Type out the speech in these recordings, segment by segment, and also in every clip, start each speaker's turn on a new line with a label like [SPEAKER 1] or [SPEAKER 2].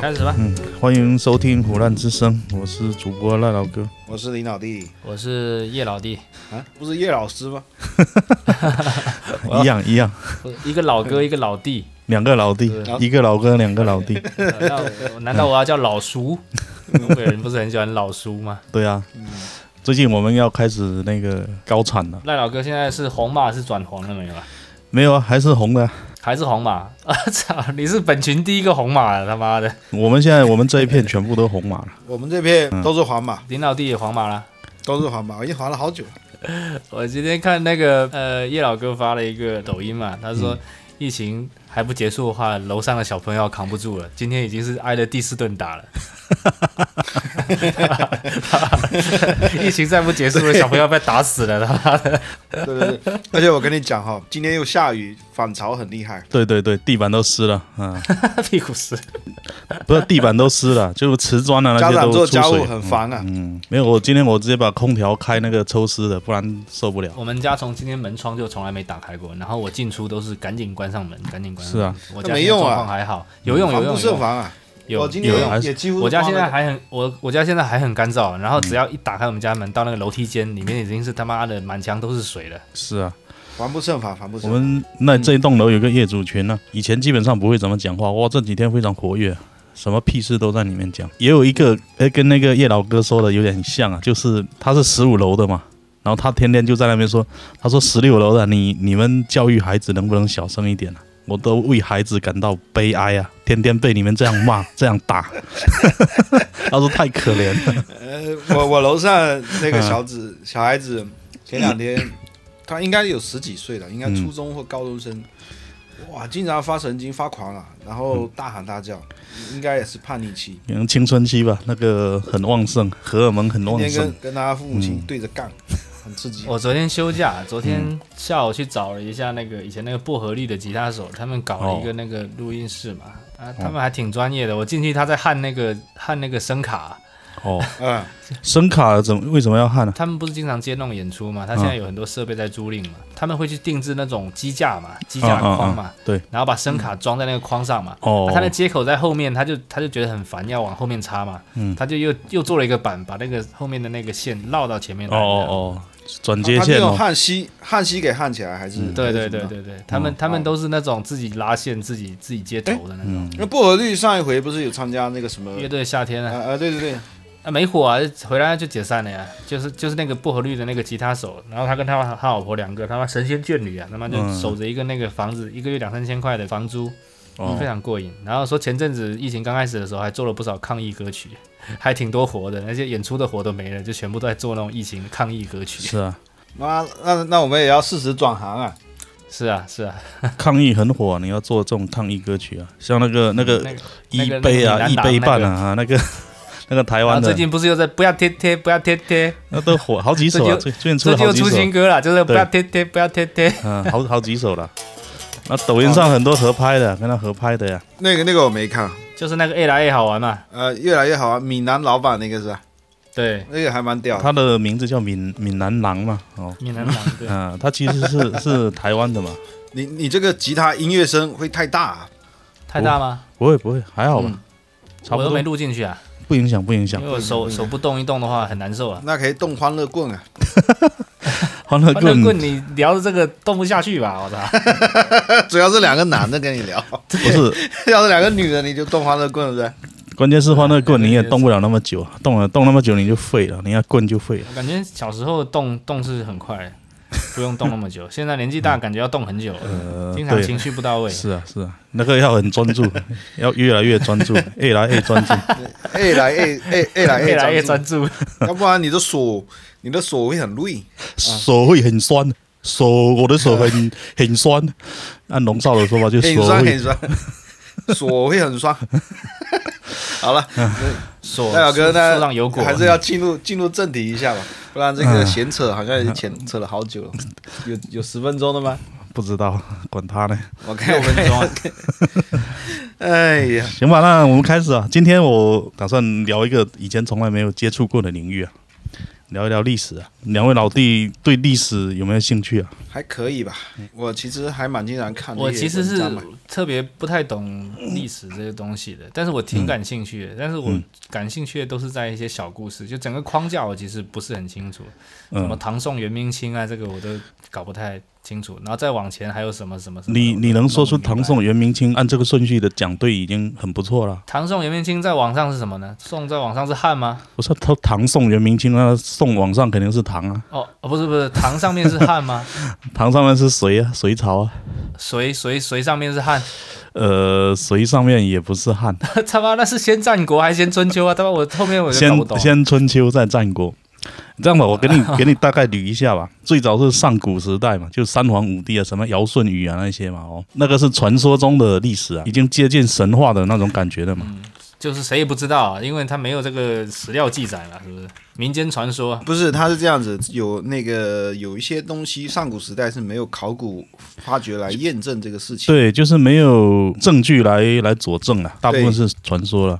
[SPEAKER 1] 开始吧。
[SPEAKER 2] 嗯，欢迎收听《胡乱之声》，我是主播赖老哥。
[SPEAKER 3] 我是林老弟
[SPEAKER 1] 我是叶老弟，
[SPEAKER 3] 啊，不是叶老师吗？
[SPEAKER 2] 一样一样，
[SPEAKER 1] 一个老哥，一个老弟。
[SPEAKER 2] 两个老弟，一个老哥，两个老弟。
[SPEAKER 1] 那我难道我要叫老叔？东北人不是很喜欢老叔吗？
[SPEAKER 2] 对啊，
[SPEAKER 3] 嗯
[SPEAKER 2] 最近我们要开始那个高产了，
[SPEAKER 1] 赖老哥现在是红马是转黄了没有啊？
[SPEAKER 2] 没有啊，还是红的啊。
[SPEAKER 1] 还是红马？ 啊操！你是本群第一个红马了，他妈的！
[SPEAKER 2] 我们现在我们这一片全部都红马 了，
[SPEAKER 3] 我们这片都是黄
[SPEAKER 2] 嗯
[SPEAKER 3] 马，
[SPEAKER 1] 林老弟也黄马了。
[SPEAKER 3] 都是黄马，我已经黄了 好久了。
[SPEAKER 1] 我今天看那个呃叶老哥发了一个抖音嘛，他说疫情还不结束的话，楼上的小朋友扛不住了，今天已经是挨了第四顿 打了。疫情再不结束了，小朋友被打死了，他妈的！
[SPEAKER 3] 对对对，而且我跟你讲哈、今天又下雨，反潮很厉害。
[SPEAKER 2] 对对对，地板都湿了，嗯，
[SPEAKER 1] 屁股湿。
[SPEAKER 2] 不是地板都湿了， 就瓷砖啊那
[SPEAKER 3] 家
[SPEAKER 2] 些
[SPEAKER 3] 长
[SPEAKER 2] 都
[SPEAKER 3] 做
[SPEAKER 2] 出
[SPEAKER 3] 家务
[SPEAKER 2] 水。
[SPEAKER 3] 很烦啊，
[SPEAKER 2] 嗯，没有，我今天我直接把空调开那个抽湿的，不然受不了。
[SPEAKER 1] 我们家从今天门窗就从来没打开过，然后我进出都是赶紧关上门，赶紧关上门。
[SPEAKER 2] 是啊，
[SPEAKER 1] 我家
[SPEAKER 3] 那没
[SPEAKER 1] 现在
[SPEAKER 3] 用啊
[SPEAKER 1] 状况还好，有用有
[SPEAKER 3] 防
[SPEAKER 1] 用
[SPEAKER 3] 不
[SPEAKER 1] 有
[SPEAKER 3] 胜
[SPEAKER 1] 用
[SPEAKER 3] 防啊。
[SPEAKER 1] 有
[SPEAKER 3] 我今
[SPEAKER 2] 有还
[SPEAKER 3] 天
[SPEAKER 2] 是
[SPEAKER 3] 也几乎
[SPEAKER 1] 我家现在
[SPEAKER 3] 还
[SPEAKER 1] 还很我我家现在还很干燥，然后只要一打开我们家门，到那个楼梯间里面已经是他妈的满墙都是水了。
[SPEAKER 2] 是啊，
[SPEAKER 3] 防不胜防，防不
[SPEAKER 2] 我
[SPEAKER 3] 胜防。
[SPEAKER 2] 们那这一栋楼有个业主群呢、以前基本上不会怎么讲话，哇，这几天非常活跃，什么屁事都在里面讲。也有一个，哎，跟那个叶老哥说的有点像啊，就是他是十五楼的嘛，然后他天天就在那边说，他说十六楼的你你们教育孩子能不能小声一点啊？我都为孩子感到悲哀啊！天天被你们这样骂、这样打， 他说太可怜了。
[SPEAKER 3] 呃，我我楼上那个 小子小孩子，前两天 他应该有十几岁了，应该初中或高中生。
[SPEAKER 2] 嗯
[SPEAKER 3] 哇，经常发神经发狂了，然后大喊大叫，应该也是叛逆期。
[SPEAKER 2] 可能青春期吧，那个很旺盛，荷尔蒙很
[SPEAKER 3] 今
[SPEAKER 2] 旺
[SPEAKER 3] 天
[SPEAKER 2] 盛
[SPEAKER 3] 跟。跟他父
[SPEAKER 2] 嗯
[SPEAKER 3] 母亲对着干， 很刺激。
[SPEAKER 2] 哦
[SPEAKER 1] 我昨天休假，昨天下午去找了一下那个以前那个薄荷绿的吉他手，他们搞了一个那个录音室嘛，
[SPEAKER 2] 嗯
[SPEAKER 1] 啊，他们还挺专业的。我进去他在焊那个焊那个声卡，
[SPEAKER 2] 哦，
[SPEAKER 3] 嗯，
[SPEAKER 2] 声卡怎么为什么要焊呢、啊
[SPEAKER 1] 他们不是经常接那种演出嘛，他现在有很多设备在租赁嘛，他们会去定制那种机架嘛，机架
[SPEAKER 2] 嗯嗯嗯
[SPEAKER 1] 框嘛，
[SPEAKER 2] 对，
[SPEAKER 1] 然后把声卡装在那个框上嘛。
[SPEAKER 2] 哦
[SPEAKER 1] 啊，他的接口在后面，他就他就觉得很烦，要往后面插嘛，
[SPEAKER 2] 嗯
[SPEAKER 1] 他就又又做了一个板，把那个后面的那个线绕到前面来。
[SPEAKER 2] 哦哦哦，转接
[SPEAKER 3] 啊他是
[SPEAKER 2] 线
[SPEAKER 3] 用
[SPEAKER 2] 哦，嗯
[SPEAKER 3] 焊锡焊锡给焊起来还是？
[SPEAKER 1] 对
[SPEAKER 3] 还
[SPEAKER 1] 对
[SPEAKER 3] 是
[SPEAKER 1] 对
[SPEAKER 3] 什么
[SPEAKER 1] 对对，他们他
[SPEAKER 2] 哦
[SPEAKER 1] 们都是那种自己拉线、自己自己接头的那
[SPEAKER 2] 嗯
[SPEAKER 1] 种。
[SPEAKER 3] 那薄荷绿上一回不是有参加那个什么？
[SPEAKER 1] 乐队夏天啊，
[SPEAKER 3] 啊啊，对对对，
[SPEAKER 1] 啊没火啊，回来就解散了呀。就是就是那个薄荷绿的那个吉他手，然后他跟他他老婆两个他妈神仙眷侣啊，他妈就
[SPEAKER 2] 嗯
[SPEAKER 1] 守着一个那个房子，一个月两三千块的房租，非
[SPEAKER 2] 哦，
[SPEAKER 1] 常过瘾。然后说前阵子疫情刚开始的时候，还做了不少抗议歌曲， 还挺多活的，那些演出的活都没了，就全部都在做那种疫情抗议歌曲。
[SPEAKER 2] 是啊，
[SPEAKER 3] 那那那我们也要适时转行啊。
[SPEAKER 1] 是啊，是啊，
[SPEAKER 2] 抗议很火，你要做这种抗议歌曲啊，像那个
[SPEAKER 1] 嗯
[SPEAKER 2] 那
[SPEAKER 1] 那
[SPEAKER 2] 个
[SPEAKER 1] 个
[SPEAKER 2] 一杯啊，一
[SPEAKER 1] 那个
[SPEAKER 2] 杯半
[SPEAKER 1] 那
[SPEAKER 2] 啊，啊那个那个台
[SPEAKER 1] 然后
[SPEAKER 2] 湾
[SPEAKER 1] 最
[SPEAKER 2] 的
[SPEAKER 1] 近不是又在不要贴贴不要贴贴，
[SPEAKER 2] 那都火好几首啊，最
[SPEAKER 1] 最
[SPEAKER 2] 最近出
[SPEAKER 1] 这
[SPEAKER 2] 了
[SPEAKER 1] 就
[SPEAKER 2] 好几
[SPEAKER 1] 出新
[SPEAKER 2] 首，
[SPEAKER 1] 歌了，就是不
[SPEAKER 2] 对
[SPEAKER 1] 要贴贴不要贴贴。
[SPEAKER 2] 嗯，好好几首了。那抖音上很多合拍的，跟他合拍的呀，
[SPEAKER 3] 那个那个我没看，
[SPEAKER 1] 就是那个 A 来 A 好玩嘛，
[SPEAKER 3] 呃，越来越好啊。闽南老板那个是吧？
[SPEAKER 1] 对，
[SPEAKER 3] 那个还蛮
[SPEAKER 1] 哦
[SPEAKER 3] 屌的。
[SPEAKER 2] 他的名字叫闽闽南郎嘛，哦，
[SPEAKER 1] 闽南狼对。
[SPEAKER 2] 啊，他其实是 是台湾的嘛，
[SPEAKER 3] 你你这个吉他音乐声会太大啊，
[SPEAKER 1] 太大吗？
[SPEAKER 2] 不会不会，还好吧，差
[SPEAKER 1] 嗯我
[SPEAKER 2] 不
[SPEAKER 1] 又
[SPEAKER 2] 多
[SPEAKER 1] 没，录进去啊，
[SPEAKER 2] 不影响不影响
[SPEAKER 1] 因为。我手手不动一动的话很难受啊。
[SPEAKER 3] 那可以动欢乐棍啊。
[SPEAKER 2] 欢乐
[SPEAKER 1] 欢乐
[SPEAKER 2] 棍
[SPEAKER 1] 棍，你聊的这个动不下去吧？我操！
[SPEAKER 3] 主要是两个男的跟你聊，
[SPEAKER 2] 不是
[SPEAKER 3] 要是两个女的你就动欢乐棍了，对不对？
[SPEAKER 2] 关键是欢乐棍你也动不了那么久，动了动那么久你就废了，你要棍就废了。
[SPEAKER 1] 我感觉小时候动动是很快的，不用动那么久。现在年纪大，感觉要动很久了，嗯
[SPEAKER 2] 呃
[SPEAKER 1] 经常
[SPEAKER 2] 对
[SPEAKER 1] 情绪不到位。
[SPEAKER 2] 是啊是啊，那个要很专 注，要越来越专注，越来越专注。
[SPEAKER 3] 哎来哎哎哎来
[SPEAKER 1] 越来
[SPEAKER 3] 哎
[SPEAKER 1] 越专注，
[SPEAKER 3] 要不然你的手你的手会很累。
[SPEAKER 2] 手会很酸，手我的手很很酸。按龙少的说法就
[SPEAKER 3] 很
[SPEAKER 2] 手
[SPEAKER 3] 酸
[SPEAKER 2] 会
[SPEAKER 3] 很酸，手会很酸。 好了，
[SPEAKER 1] 手
[SPEAKER 2] 哦
[SPEAKER 3] 赖老哥，
[SPEAKER 1] 树
[SPEAKER 3] 那
[SPEAKER 1] 树上有果，
[SPEAKER 3] 还
[SPEAKER 2] 啊
[SPEAKER 3] 是要进入进入正题一下吧，不然这
[SPEAKER 2] 嗯
[SPEAKER 3] 个闲扯好像已经闲扯了好久了，有有十分钟了吗？
[SPEAKER 2] 不知道，管他呢。
[SPEAKER 3] 我看
[SPEAKER 1] 六
[SPEAKER 3] 我，
[SPEAKER 1] 分钟啊。
[SPEAKER 3] 哎呀，
[SPEAKER 2] 行吧，那我们开始啊。今天我打算聊一个以前从来没有接触过的领域啊，聊一聊历史啊。两位老弟对历史有没有兴趣啊？
[SPEAKER 3] 还可以吧。我其实还蛮经常看这
[SPEAKER 1] 我
[SPEAKER 3] 些
[SPEAKER 1] 其实
[SPEAKER 3] 文
[SPEAKER 1] 是
[SPEAKER 3] 章嘛
[SPEAKER 1] 特别不太懂历史这些东西的，但是我挺感兴趣的。但是我感兴趣的都是在一些小故事，就整个框架我其实不是很清楚。什么
[SPEAKER 2] 嗯，
[SPEAKER 1] 唐宋元明清啊，这个我都搞不太清楚。然后再往前还有什么什么什么？
[SPEAKER 2] 你你能说出唐
[SPEAKER 1] 我都弄不明白
[SPEAKER 2] 宋元明清按这个顺序的讲对已经很不错了。
[SPEAKER 1] 唐宋元明清在往上是什么呢？宋在往上是汉吗？
[SPEAKER 2] 不是他唐宋元明清，那宋往上肯定是唐啊，
[SPEAKER 1] 哦，哦不是不是，唐上面是汉吗？
[SPEAKER 2] 唐上面是隋啊，隋朝啊，
[SPEAKER 1] 隋隋隋上面是汉，
[SPEAKER 2] 呃，隋上面也不是汉，
[SPEAKER 1] 他妈那是先战国还是先春秋啊？他妈我后面我就搞不懂
[SPEAKER 2] 先。先春秋再战国。这样吧，我给 你给你大概捋一下吧。最早是上古时代嘛，就三皇五帝啊，什么尧舜禹啊那些嘛，哦，那个是传说中的历史啊，已经接近神话的那种感觉了嘛。
[SPEAKER 1] 就是谁也不知道啊，因为他没有这个史料记载啊嘛，是不是？民间传说
[SPEAKER 3] 不是，它是这样子，有那个有一些东西，上古时代是没有考古发掘来验证这个事情。
[SPEAKER 2] 对，就是没有证据来来佐证啊，大部分是传说了。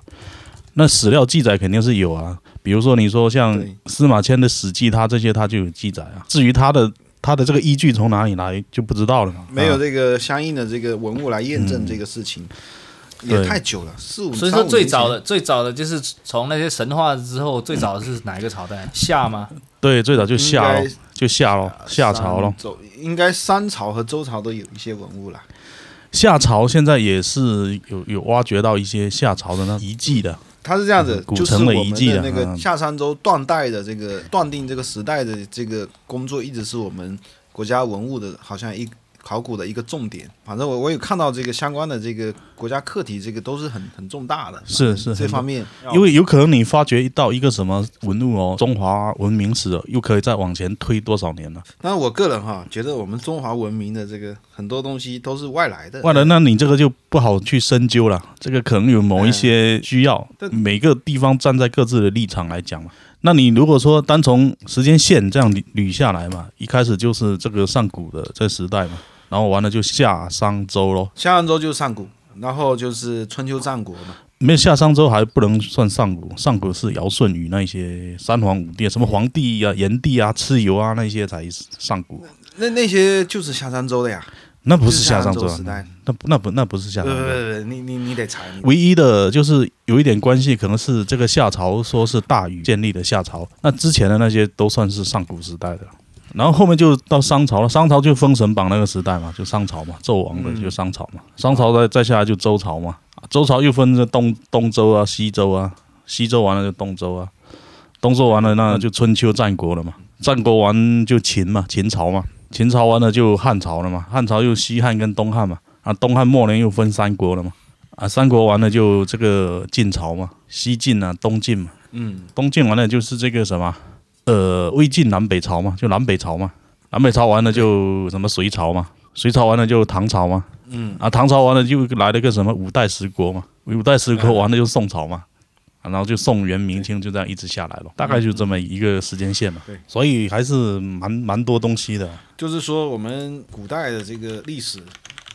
[SPEAKER 2] 那史料记载肯定是有啊，比如说你说像
[SPEAKER 3] 对
[SPEAKER 2] 司马迁的《史记》，他这些他就有记载啊。至于他的他的这个依据从哪里来就不知道了嘛。
[SPEAKER 3] 没有
[SPEAKER 2] 啊
[SPEAKER 3] 这个相应的这个文物来验证这个事情，也
[SPEAKER 2] 嗯对
[SPEAKER 3] 太久了，四五。
[SPEAKER 1] 所以
[SPEAKER 3] 三
[SPEAKER 1] 说
[SPEAKER 3] 五
[SPEAKER 1] 最
[SPEAKER 3] 年前
[SPEAKER 1] 早的最早的就是从那些神话之后，最早的是哪一个朝代？啊夏吗？
[SPEAKER 2] 对，最早就
[SPEAKER 3] 应
[SPEAKER 2] 夏
[SPEAKER 3] 该
[SPEAKER 2] 咯，就夏咯，夏朝咯。
[SPEAKER 3] 周应该商朝和周朝都有一些文物了。
[SPEAKER 2] 夏朝现在也是有有挖掘到一些夏朝的那遗迹的，
[SPEAKER 3] 它是这样子
[SPEAKER 2] 嗯，古
[SPEAKER 3] 就是
[SPEAKER 2] 城
[SPEAKER 3] 我
[SPEAKER 2] 的
[SPEAKER 3] 们
[SPEAKER 2] 遗迹
[SPEAKER 3] 的
[SPEAKER 2] 啊
[SPEAKER 3] 那个
[SPEAKER 2] 嗯
[SPEAKER 3] 夏商周断代的这个断定这个时代的这个工作，一直是我们国家文物的，好像一考古的一个重点。反正我我有看到这个相关的这个国家课题，这个都是很很重大的，
[SPEAKER 2] 是是
[SPEAKER 3] 这
[SPEAKER 2] 很
[SPEAKER 3] 方面。哦
[SPEAKER 2] 因为有可能你发掘到一个什么文物哦，中华文明史哦，又可以再往前推多少年了？
[SPEAKER 3] 但是我个人哈，觉得我们中华文明的这个很多东西都是外来的，
[SPEAKER 2] 外人，那你这个就不好去深究了，这个可能有某一些需要，
[SPEAKER 3] 但
[SPEAKER 2] 每个地方站在各自的立场来讲嘛。那你如果说单从时间线这样捋捋下来嘛，一开始就是这个上古的这时代嘛，然后完了就夏商周咯，
[SPEAKER 3] 夏商周就是上古，然后就是春秋战国嘛。
[SPEAKER 2] 没有夏商周还不能算上古，上古是尧舜禹那一些三皇五帝，什么黄帝啊、炎帝啊、蚩尤啊那些才上古，
[SPEAKER 3] 那那些就是夏商周的呀，
[SPEAKER 2] 那不是
[SPEAKER 3] 就
[SPEAKER 2] 夏商周
[SPEAKER 3] 周
[SPEAKER 2] 啊
[SPEAKER 3] 时，代。
[SPEAKER 2] 那不那不那不是夏
[SPEAKER 3] 不
[SPEAKER 2] 商
[SPEAKER 3] 不不
[SPEAKER 2] 周。
[SPEAKER 3] 不，你你你得查，你
[SPEAKER 2] 唯一的就是有一点关系，可能是这个夏朝说是大禹建立的夏朝，那之前的那些都算是上古时代的了。然后后面就到商朝了，商朝就封神榜那个时代嘛，就商朝嘛，纣王的就商朝嘛，商朝再再下来就周朝嘛，周朝又分这东东周啊、西周啊，西周完了就东周啊，东周完了那就春秋战国了嘛，战国完就秦嘛，秦朝嘛，秦朝完了就汉朝了嘛，汉朝又西汉跟东汉嘛，啊，东汉末年又分三国了嘛，啊，三国完了就这个晋朝嘛，西晋啊，东晋嘛，
[SPEAKER 3] 嗯，
[SPEAKER 2] 东晋完了就是这个什么，呃，魏晋南北朝嘛，就南北朝嘛，南北朝完了就什么隋朝嘛，隋朝完了就唐朝嘛，嗯，啊，唐朝完了就来了个什么五代十国嘛，五代十国完了就宋朝嘛。啊然后就宋元明清就这样一直下来了，大概就这么一个时间线嘛。
[SPEAKER 3] 对
[SPEAKER 2] 所以还是蛮蛮多东西的。
[SPEAKER 3] 就是说我们古代的这个历史，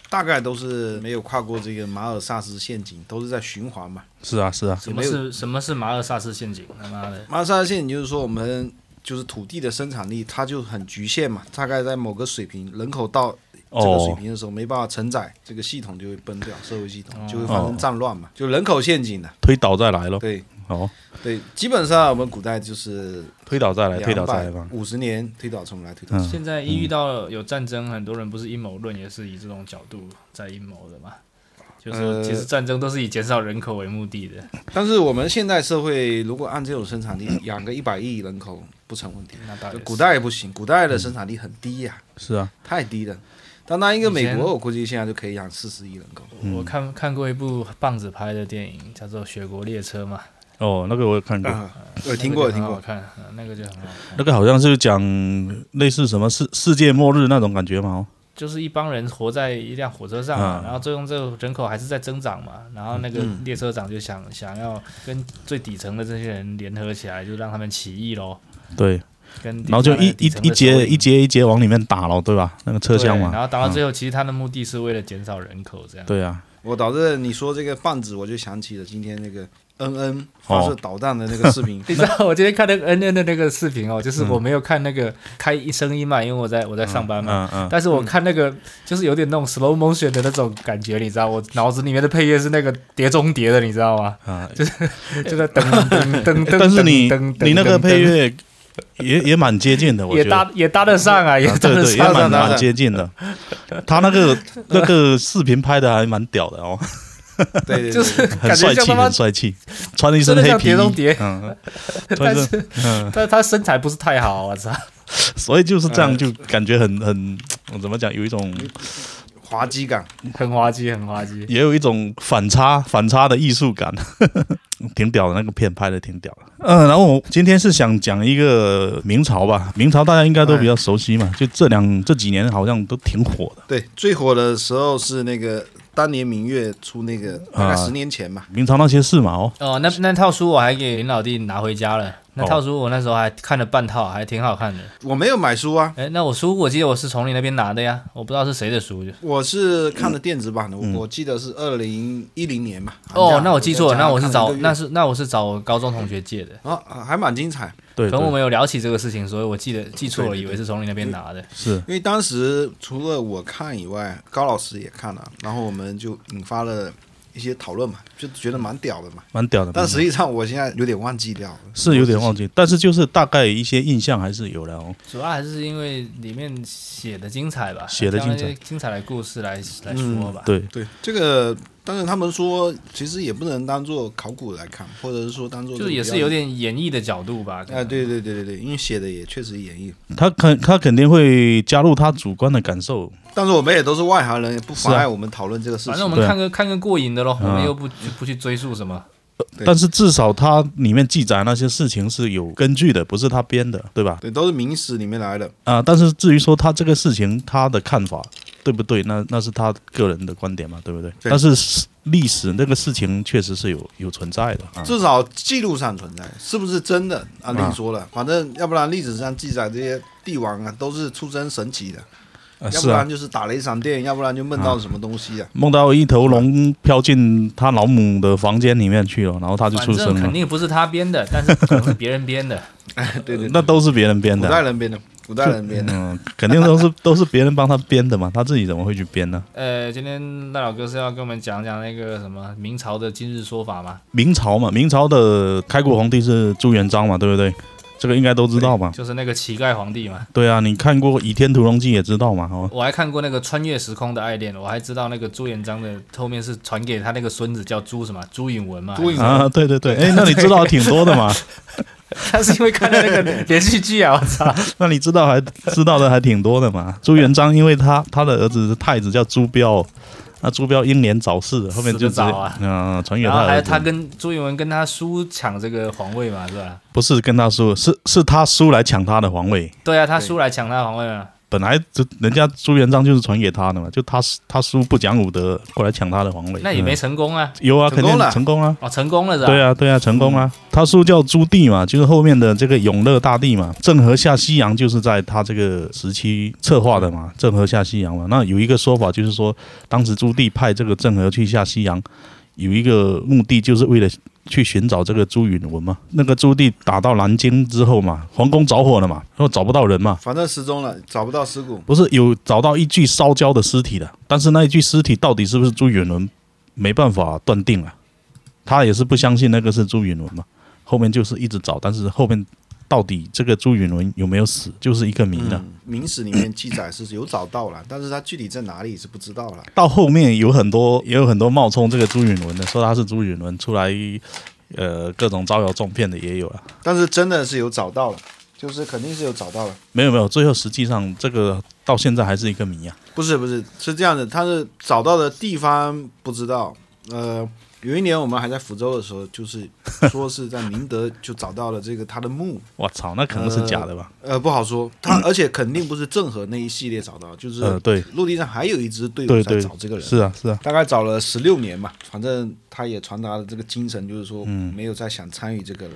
[SPEAKER 3] 大概都是没有跨过这个马尔萨斯陷阱，都是在循环嘛。
[SPEAKER 2] 是啊，是啊，
[SPEAKER 1] 什么是什么是马尔萨斯陷阱？他妈的！
[SPEAKER 3] 马尔萨斯陷阱就是说我们就是土地的生产力它就很局限嘛，大概在某个水平，人口到这个水
[SPEAKER 2] 哦，哦
[SPEAKER 3] 平的时候没办法承载，这个系统就会崩掉，社会系统就会发生战乱嘛，就人口陷阱的。
[SPEAKER 2] 推倒再来咯。
[SPEAKER 3] 对
[SPEAKER 2] 哦，
[SPEAKER 3] 对，基本上我们古代就是
[SPEAKER 2] 推倒再来，推
[SPEAKER 3] 两
[SPEAKER 2] 倒再
[SPEAKER 3] 百
[SPEAKER 2] 来嘛。
[SPEAKER 3] 五十年推倒重来，推倒重来。
[SPEAKER 1] 现在一遇到有战争，很多人不是阴谋论，也是以这种角度在阴谋的嘛。就是说
[SPEAKER 3] 呃
[SPEAKER 1] 其实战争都是以减少人口为目的的，
[SPEAKER 3] 但是我们现代社会如果按这种生产力 养个一百亿人口不成问题，
[SPEAKER 1] 那到底
[SPEAKER 3] 古代也不行，古代的生产力很低呀、
[SPEAKER 2] 是啊，
[SPEAKER 3] 太低了。单单一个美
[SPEAKER 1] 以前
[SPEAKER 3] 国，我估计现在就可以养四十亿人口。
[SPEAKER 1] 我看看过一部棒子拍的电影，叫做《雪国列车》嘛，
[SPEAKER 2] 哦，那个我有看过，
[SPEAKER 3] 啊，我听过，
[SPEAKER 1] 嗯那个就很
[SPEAKER 3] 听
[SPEAKER 1] 好
[SPEAKER 3] 过。
[SPEAKER 1] 看，嗯那个就很好看，
[SPEAKER 2] 那个好像是讲类似什么世世界末日那种感觉嘛。哦，
[SPEAKER 1] 就是一帮人活在一辆火车上嘛，
[SPEAKER 2] 嗯
[SPEAKER 1] 然后最终这个人口还是在增长嘛，然后那个列车长就
[SPEAKER 3] 嗯
[SPEAKER 1] 想、想要跟最底层的这些人联合起来，就让他们起义喽，
[SPEAKER 2] 对，
[SPEAKER 1] 跟
[SPEAKER 2] 然后就一
[SPEAKER 1] 底
[SPEAKER 2] 一
[SPEAKER 1] 层的
[SPEAKER 2] 一
[SPEAKER 1] 首
[SPEAKER 2] 节
[SPEAKER 1] 领
[SPEAKER 2] 一节一节往里面打咯，对吧？那个车厢
[SPEAKER 1] 对然
[SPEAKER 2] 嘛。
[SPEAKER 1] 后打到最后，其实他的目的是为了减少人口这样。
[SPEAKER 2] 嗯对啊，
[SPEAKER 3] 我导致你说这个棒子，我就想起了今天那个恩
[SPEAKER 1] 哦
[SPEAKER 3] 恩发射导弹的那个视 频。
[SPEAKER 1] 你知道我今天看那个 N N 的那个视频哦，就是我没有看那个开声音嘛，因为我在我在上班嘛。
[SPEAKER 2] 嗯嗯嗯，
[SPEAKER 1] 但是我看那个就是有点那种 slow motion 的那种感觉，你知道，我脑子里面的配乐是那个碟中谍的，你知道吗？
[SPEAKER 2] 啊，
[SPEAKER 1] 就在噔噔噔噔。
[SPEAKER 2] 但是你
[SPEAKER 1] 噔噔
[SPEAKER 2] 你那个
[SPEAKER 1] 噔
[SPEAKER 2] 配乐也也蛮接近的，我
[SPEAKER 1] 也
[SPEAKER 2] 觉得。
[SPEAKER 1] 搭也搭得上啊，也
[SPEAKER 2] 啊
[SPEAKER 1] 搭
[SPEAKER 2] 对
[SPEAKER 1] 得
[SPEAKER 2] 对，也
[SPEAKER 1] 上。
[SPEAKER 2] 蛮
[SPEAKER 3] 搭得
[SPEAKER 2] 蛮
[SPEAKER 3] 上
[SPEAKER 2] 接近的。他那个那个视频拍的还蛮屌的 哦，
[SPEAKER 3] 对对，
[SPEAKER 1] 就是
[SPEAKER 2] 很
[SPEAKER 1] 感
[SPEAKER 2] 帅
[SPEAKER 1] 觉像
[SPEAKER 2] 气，
[SPEAKER 1] 他妈
[SPEAKER 2] 很，帅气，穿了一身
[SPEAKER 1] 真的
[SPEAKER 2] 黑
[SPEAKER 1] 像
[SPEAKER 2] 皮
[SPEAKER 1] 碟中
[SPEAKER 2] 衣
[SPEAKER 1] 谍，
[SPEAKER 2] 嗯，
[SPEAKER 1] 但
[SPEAKER 2] 穿着
[SPEAKER 1] 是
[SPEAKER 2] 嗯，
[SPEAKER 1] 但是他身材不是太好，啊我操！
[SPEAKER 2] 所以就是这样，
[SPEAKER 3] 嗯
[SPEAKER 2] 就感觉很很，我怎么讲，有一种
[SPEAKER 3] 滑稽感。
[SPEAKER 1] 很滑稽，很滑稽。
[SPEAKER 2] 也有一种反差反差的艺术感， 挺屌的那个片拍的挺屌的。嗯、然后我今天是想讲一个明朝吧，明朝大家应该都比较熟悉嘛，就这两这几年好像都挺火的。
[SPEAKER 3] 对，最火的时候是那个当年明月出那个，
[SPEAKER 1] 啊
[SPEAKER 3] 大概十年前吧。
[SPEAKER 2] 明朝那些事嘛，哦，
[SPEAKER 1] 哦，那那套书我还给林老弟拿回家了。那
[SPEAKER 2] 哦
[SPEAKER 1] 套书我那时候还看了半套，还挺好看的。
[SPEAKER 3] 我没有买书啊，
[SPEAKER 1] 哎，那我书我记得我是从你那边拿的呀，我不知道是谁的书。
[SPEAKER 3] 我是看的电子版的，我我记得是二零一零年嘛。
[SPEAKER 1] 嗯哦，那我记错了，那我是找那
[SPEAKER 3] 是
[SPEAKER 1] 是那我是找我高中同学借的。
[SPEAKER 3] 啊，啊还蛮精彩。
[SPEAKER 2] 对
[SPEAKER 1] 可能我
[SPEAKER 2] 对，
[SPEAKER 1] 们有聊起这个事情，所以我记得记错了，
[SPEAKER 3] 对对
[SPEAKER 1] 以为是从你那边拿的。
[SPEAKER 2] 是
[SPEAKER 3] 因为当时除了我看以外，高老师也看了，然后我们就引发了一些讨论嘛，就觉得蛮屌的嘛。
[SPEAKER 1] 嗯
[SPEAKER 2] 蛮屌的。
[SPEAKER 3] 但实际上我现在有点忘记掉了，
[SPEAKER 2] 是有点忘记，但是就是大概一些印象还是有的哦。
[SPEAKER 1] 主要还是因为里面写的精彩吧，
[SPEAKER 2] 写得
[SPEAKER 1] 挑那
[SPEAKER 2] 精彩嗯
[SPEAKER 1] 些精彩的故事来来说吧。
[SPEAKER 2] 对，
[SPEAKER 3] 对这个，但是他们说其实也不能当做考古来看，或者是说当做
[SPEAKER 1] 就是也是有点演绎的角度吧。可
[SPEAKER 2] 哎
[SPEAKER 3] 啊，
[SPEAKER 1] 能，
[SPEAKER 3] 对对对对对，因为写的也确实演绎，
[SPEAKER 2] 他肯他肯定会加入他主观的感受，
[SPEAKER 3] 但是我们也都是外行人，也不妨
[SPEAKER 2] 是
[SPEAKER 3] 碍
[SPEAKER 2] 啊
[SPEAKER 3] 我们讨论这个事
[SPEAKER 1] 反正我
[SPEAKER 3] 情。
[SPEAKER 1] 们
[SPEAKER 2] 对啊
[SPEAKER 1] 看个看个过瘾的咯，我
[SPEAKER 2] 嗯
[SPEAKER 1] 们又不不去追溯什么。
[SPEAKER 3] 对
[SPEAKER 2] 但是至少他里面记载那些事情是有根据的，不是他编的，对吧？
[SPEAKER 3] 对，都是明史里面来的，
[SPEAKER 2] 啊、但是至于说他这个事情他的看法对不对，那那是他个人的观点嘛，对不对？
[SPEAKER 3] 对
[SPEAKER 2] 但是历史那个事情确实是有有存在的啊。
[SPEAKER 3] 至少记录上存在，是不是真的
[SPEAKER 2] 啊
[SPEAKER 3] 啊？另说了，反正要不然历史上记载这些帝王啊，都是出身神奇的，
[SPEAKER 2] 啊
[SPEAKER 3] 要
[SPEAKER 2] 是
[SPEAKER 3] 不
[SPEAKER 2] 啊
[SPEAKER 3] 然，就是打了一闪电，要不然就梦到什么东西啊。
[SPEAKER 2] 梦到一头龙飘进他老母的房间里面去了，然后他就
[SPEAKER 1] 反
[SPEAKER 2] 出
[SPEAKER 1] 正
[SPEAKER 2] 生
[SPEAKER 1] 肯
[SPEAKER 2] 了。
[SPEAKER 1] 定不是他编的，但是可能是别人编 的。
[SPEAKER 3] 对对，
[SPEAKER 2] 那都是别人编
[SPEAKER 3] 古
[SPEAKER 2] 的啊，
[SPEAKER 3] 代人编的，古代人编的。
[SPEAKER 2] 嗯，肯定都是都是别人帮他编的嘛，他自己怎么会去编呢？
[SPEAKER 1] 呃，今天赖老哥是要跟我们讲讲那个什么明朝的今日说法吗？
[SPEAKER 2] 明朝嘛，明朝的开国皇帝是朱元璋嘛，对不对？这个应该都知道吧？
[SPEAKER 1] 就是那个乞丐皇帝嘛。
[SPEAKER 2] 对啊，你看过《倚天屠龙记》也知道嘛，哦，
[SPEAKER 1] 我还看过那个穿越时空的爱恋，我还知道那个朱元璋的后面是传给他那个孙子叫朱什么朱允文嘛。
[SPEAKER 3] 朱允
[SPEAKER 2] 啊， 对对对，哎，那你知道挺多的嘛，
[SPEAKER 1] 他是因为看了那个连续剧啊，我操！
[SPEAKER 2] 那你知道还知道的还挺多的嘛。朱元璋因为他他的儿子是太子叫朱标，那朱标英年早逝，后面就直
[SPEAKER 1] 死
[SPEAKER 2] 接
[SPEAKER 1] 得早啊
[SPEAKER 2] 嗯传给
[SPEAKER 1] 然
[SPEAKER 2] 他
[SPEAKER 1] 后还
[SPEAKER 2] 儿
[SPEAKER 1] 有
[SPEAKER 2] 子
[SPEAKER 1] 他，跟朱允文跟他叔抢这个皇位嘛，是吧？
[SPEAKER 2] 不是跟他叔，是是他叔来抢他的皇位。
[SPEAKER 1] 对啊，他叔来抢他皇位嘛。
[SPEAKER 2] 本来就人家朱元璋就是传给他的嘛，就他他叔不讲武德，过来抢他的皇位。
[SPEAKER 1] 那也没
[SPEAKER 2] 嗯
[SPEAKER 1] 成功啊。
[SPEAKER 2] 有啊，
[SPEAKER 3] 成
[SPEAKER 2] 肯
[SPEAKER 3] 功
[SPEAKER 2] 定
[SPEAKER 3] 了
[SPEAKER 2] 成功啊。
[SPEAKER 1] 哦，成功了是吧？
[SPEAKER 2] 对啊，对啊，成功啊！他叔叫朱棣嘛，就是后面的这个永乐大帝嘛。郑和下西洋就是在他这个时期策划的嘛，郑和下西洋嘛。那有一个说法就是说，当时朱棣派这个郑和去下西洋，有一个目的就是为了去寻找这个朱允文嘛。那个朱棣打到南京之后嘛，皇宫着火了嘛，然后找不到人嘛，
[SPEAKER 3] 反正失踪了，找不到尸骨。
[SPEAKER 2] 不是有找到一具烧焦的尸体的，但是那一具尸体到底是不是朱允伦，没办法断定了。他也是不相信那个是朱允伦嘛，后面就是一直找，但是后面到底这个朱允伦有没有死，就是一个谜了。
[SPEAKER 3] 嗯，明史里面记载是有找到了，但是它具体在哪里是不知道了。
[SPEAKER 2] 到后面有很多也有很多冒充这个朱允伦的，说他是朱允伦出来，呃，各种招摇撞骗的也有啊了。
[SPEAKER 3] 但是真的是有找到了，就是肯定是有找到了。
[SPEAKER 2] 没有没有，最后实际上这个到现在还是一个谜啊。
[SPEAKER 3] 不是不是，是这样的，他是找到的地方不知道。呃，有一年我们还在福州的时候，就是说是在明德就找到了这个他的墓，
[SPEAKER 2] 我操，那可能是假的吧？
[SPEAKER 3] 呃，不好说。他而且肯定不是郑和那一系列找到，就是
[SPEAKER 2] 呃，对
[SPEAKER 3] 陆地上还有一支队伍
[SPEAKER 2] 对
[SPEAKER 3] 在
[SPEAKER 2] 对
[SPEAKER 3] 找这个，人。
[SPEAKER 2] 是啊是啊，
[SPEAKER 3] 大概找了
[SPEAKER 2] 嗯
[SPEAKER 3] 十六年嘛，反正他也传达了这个精神，就是说没有再想参与这个了。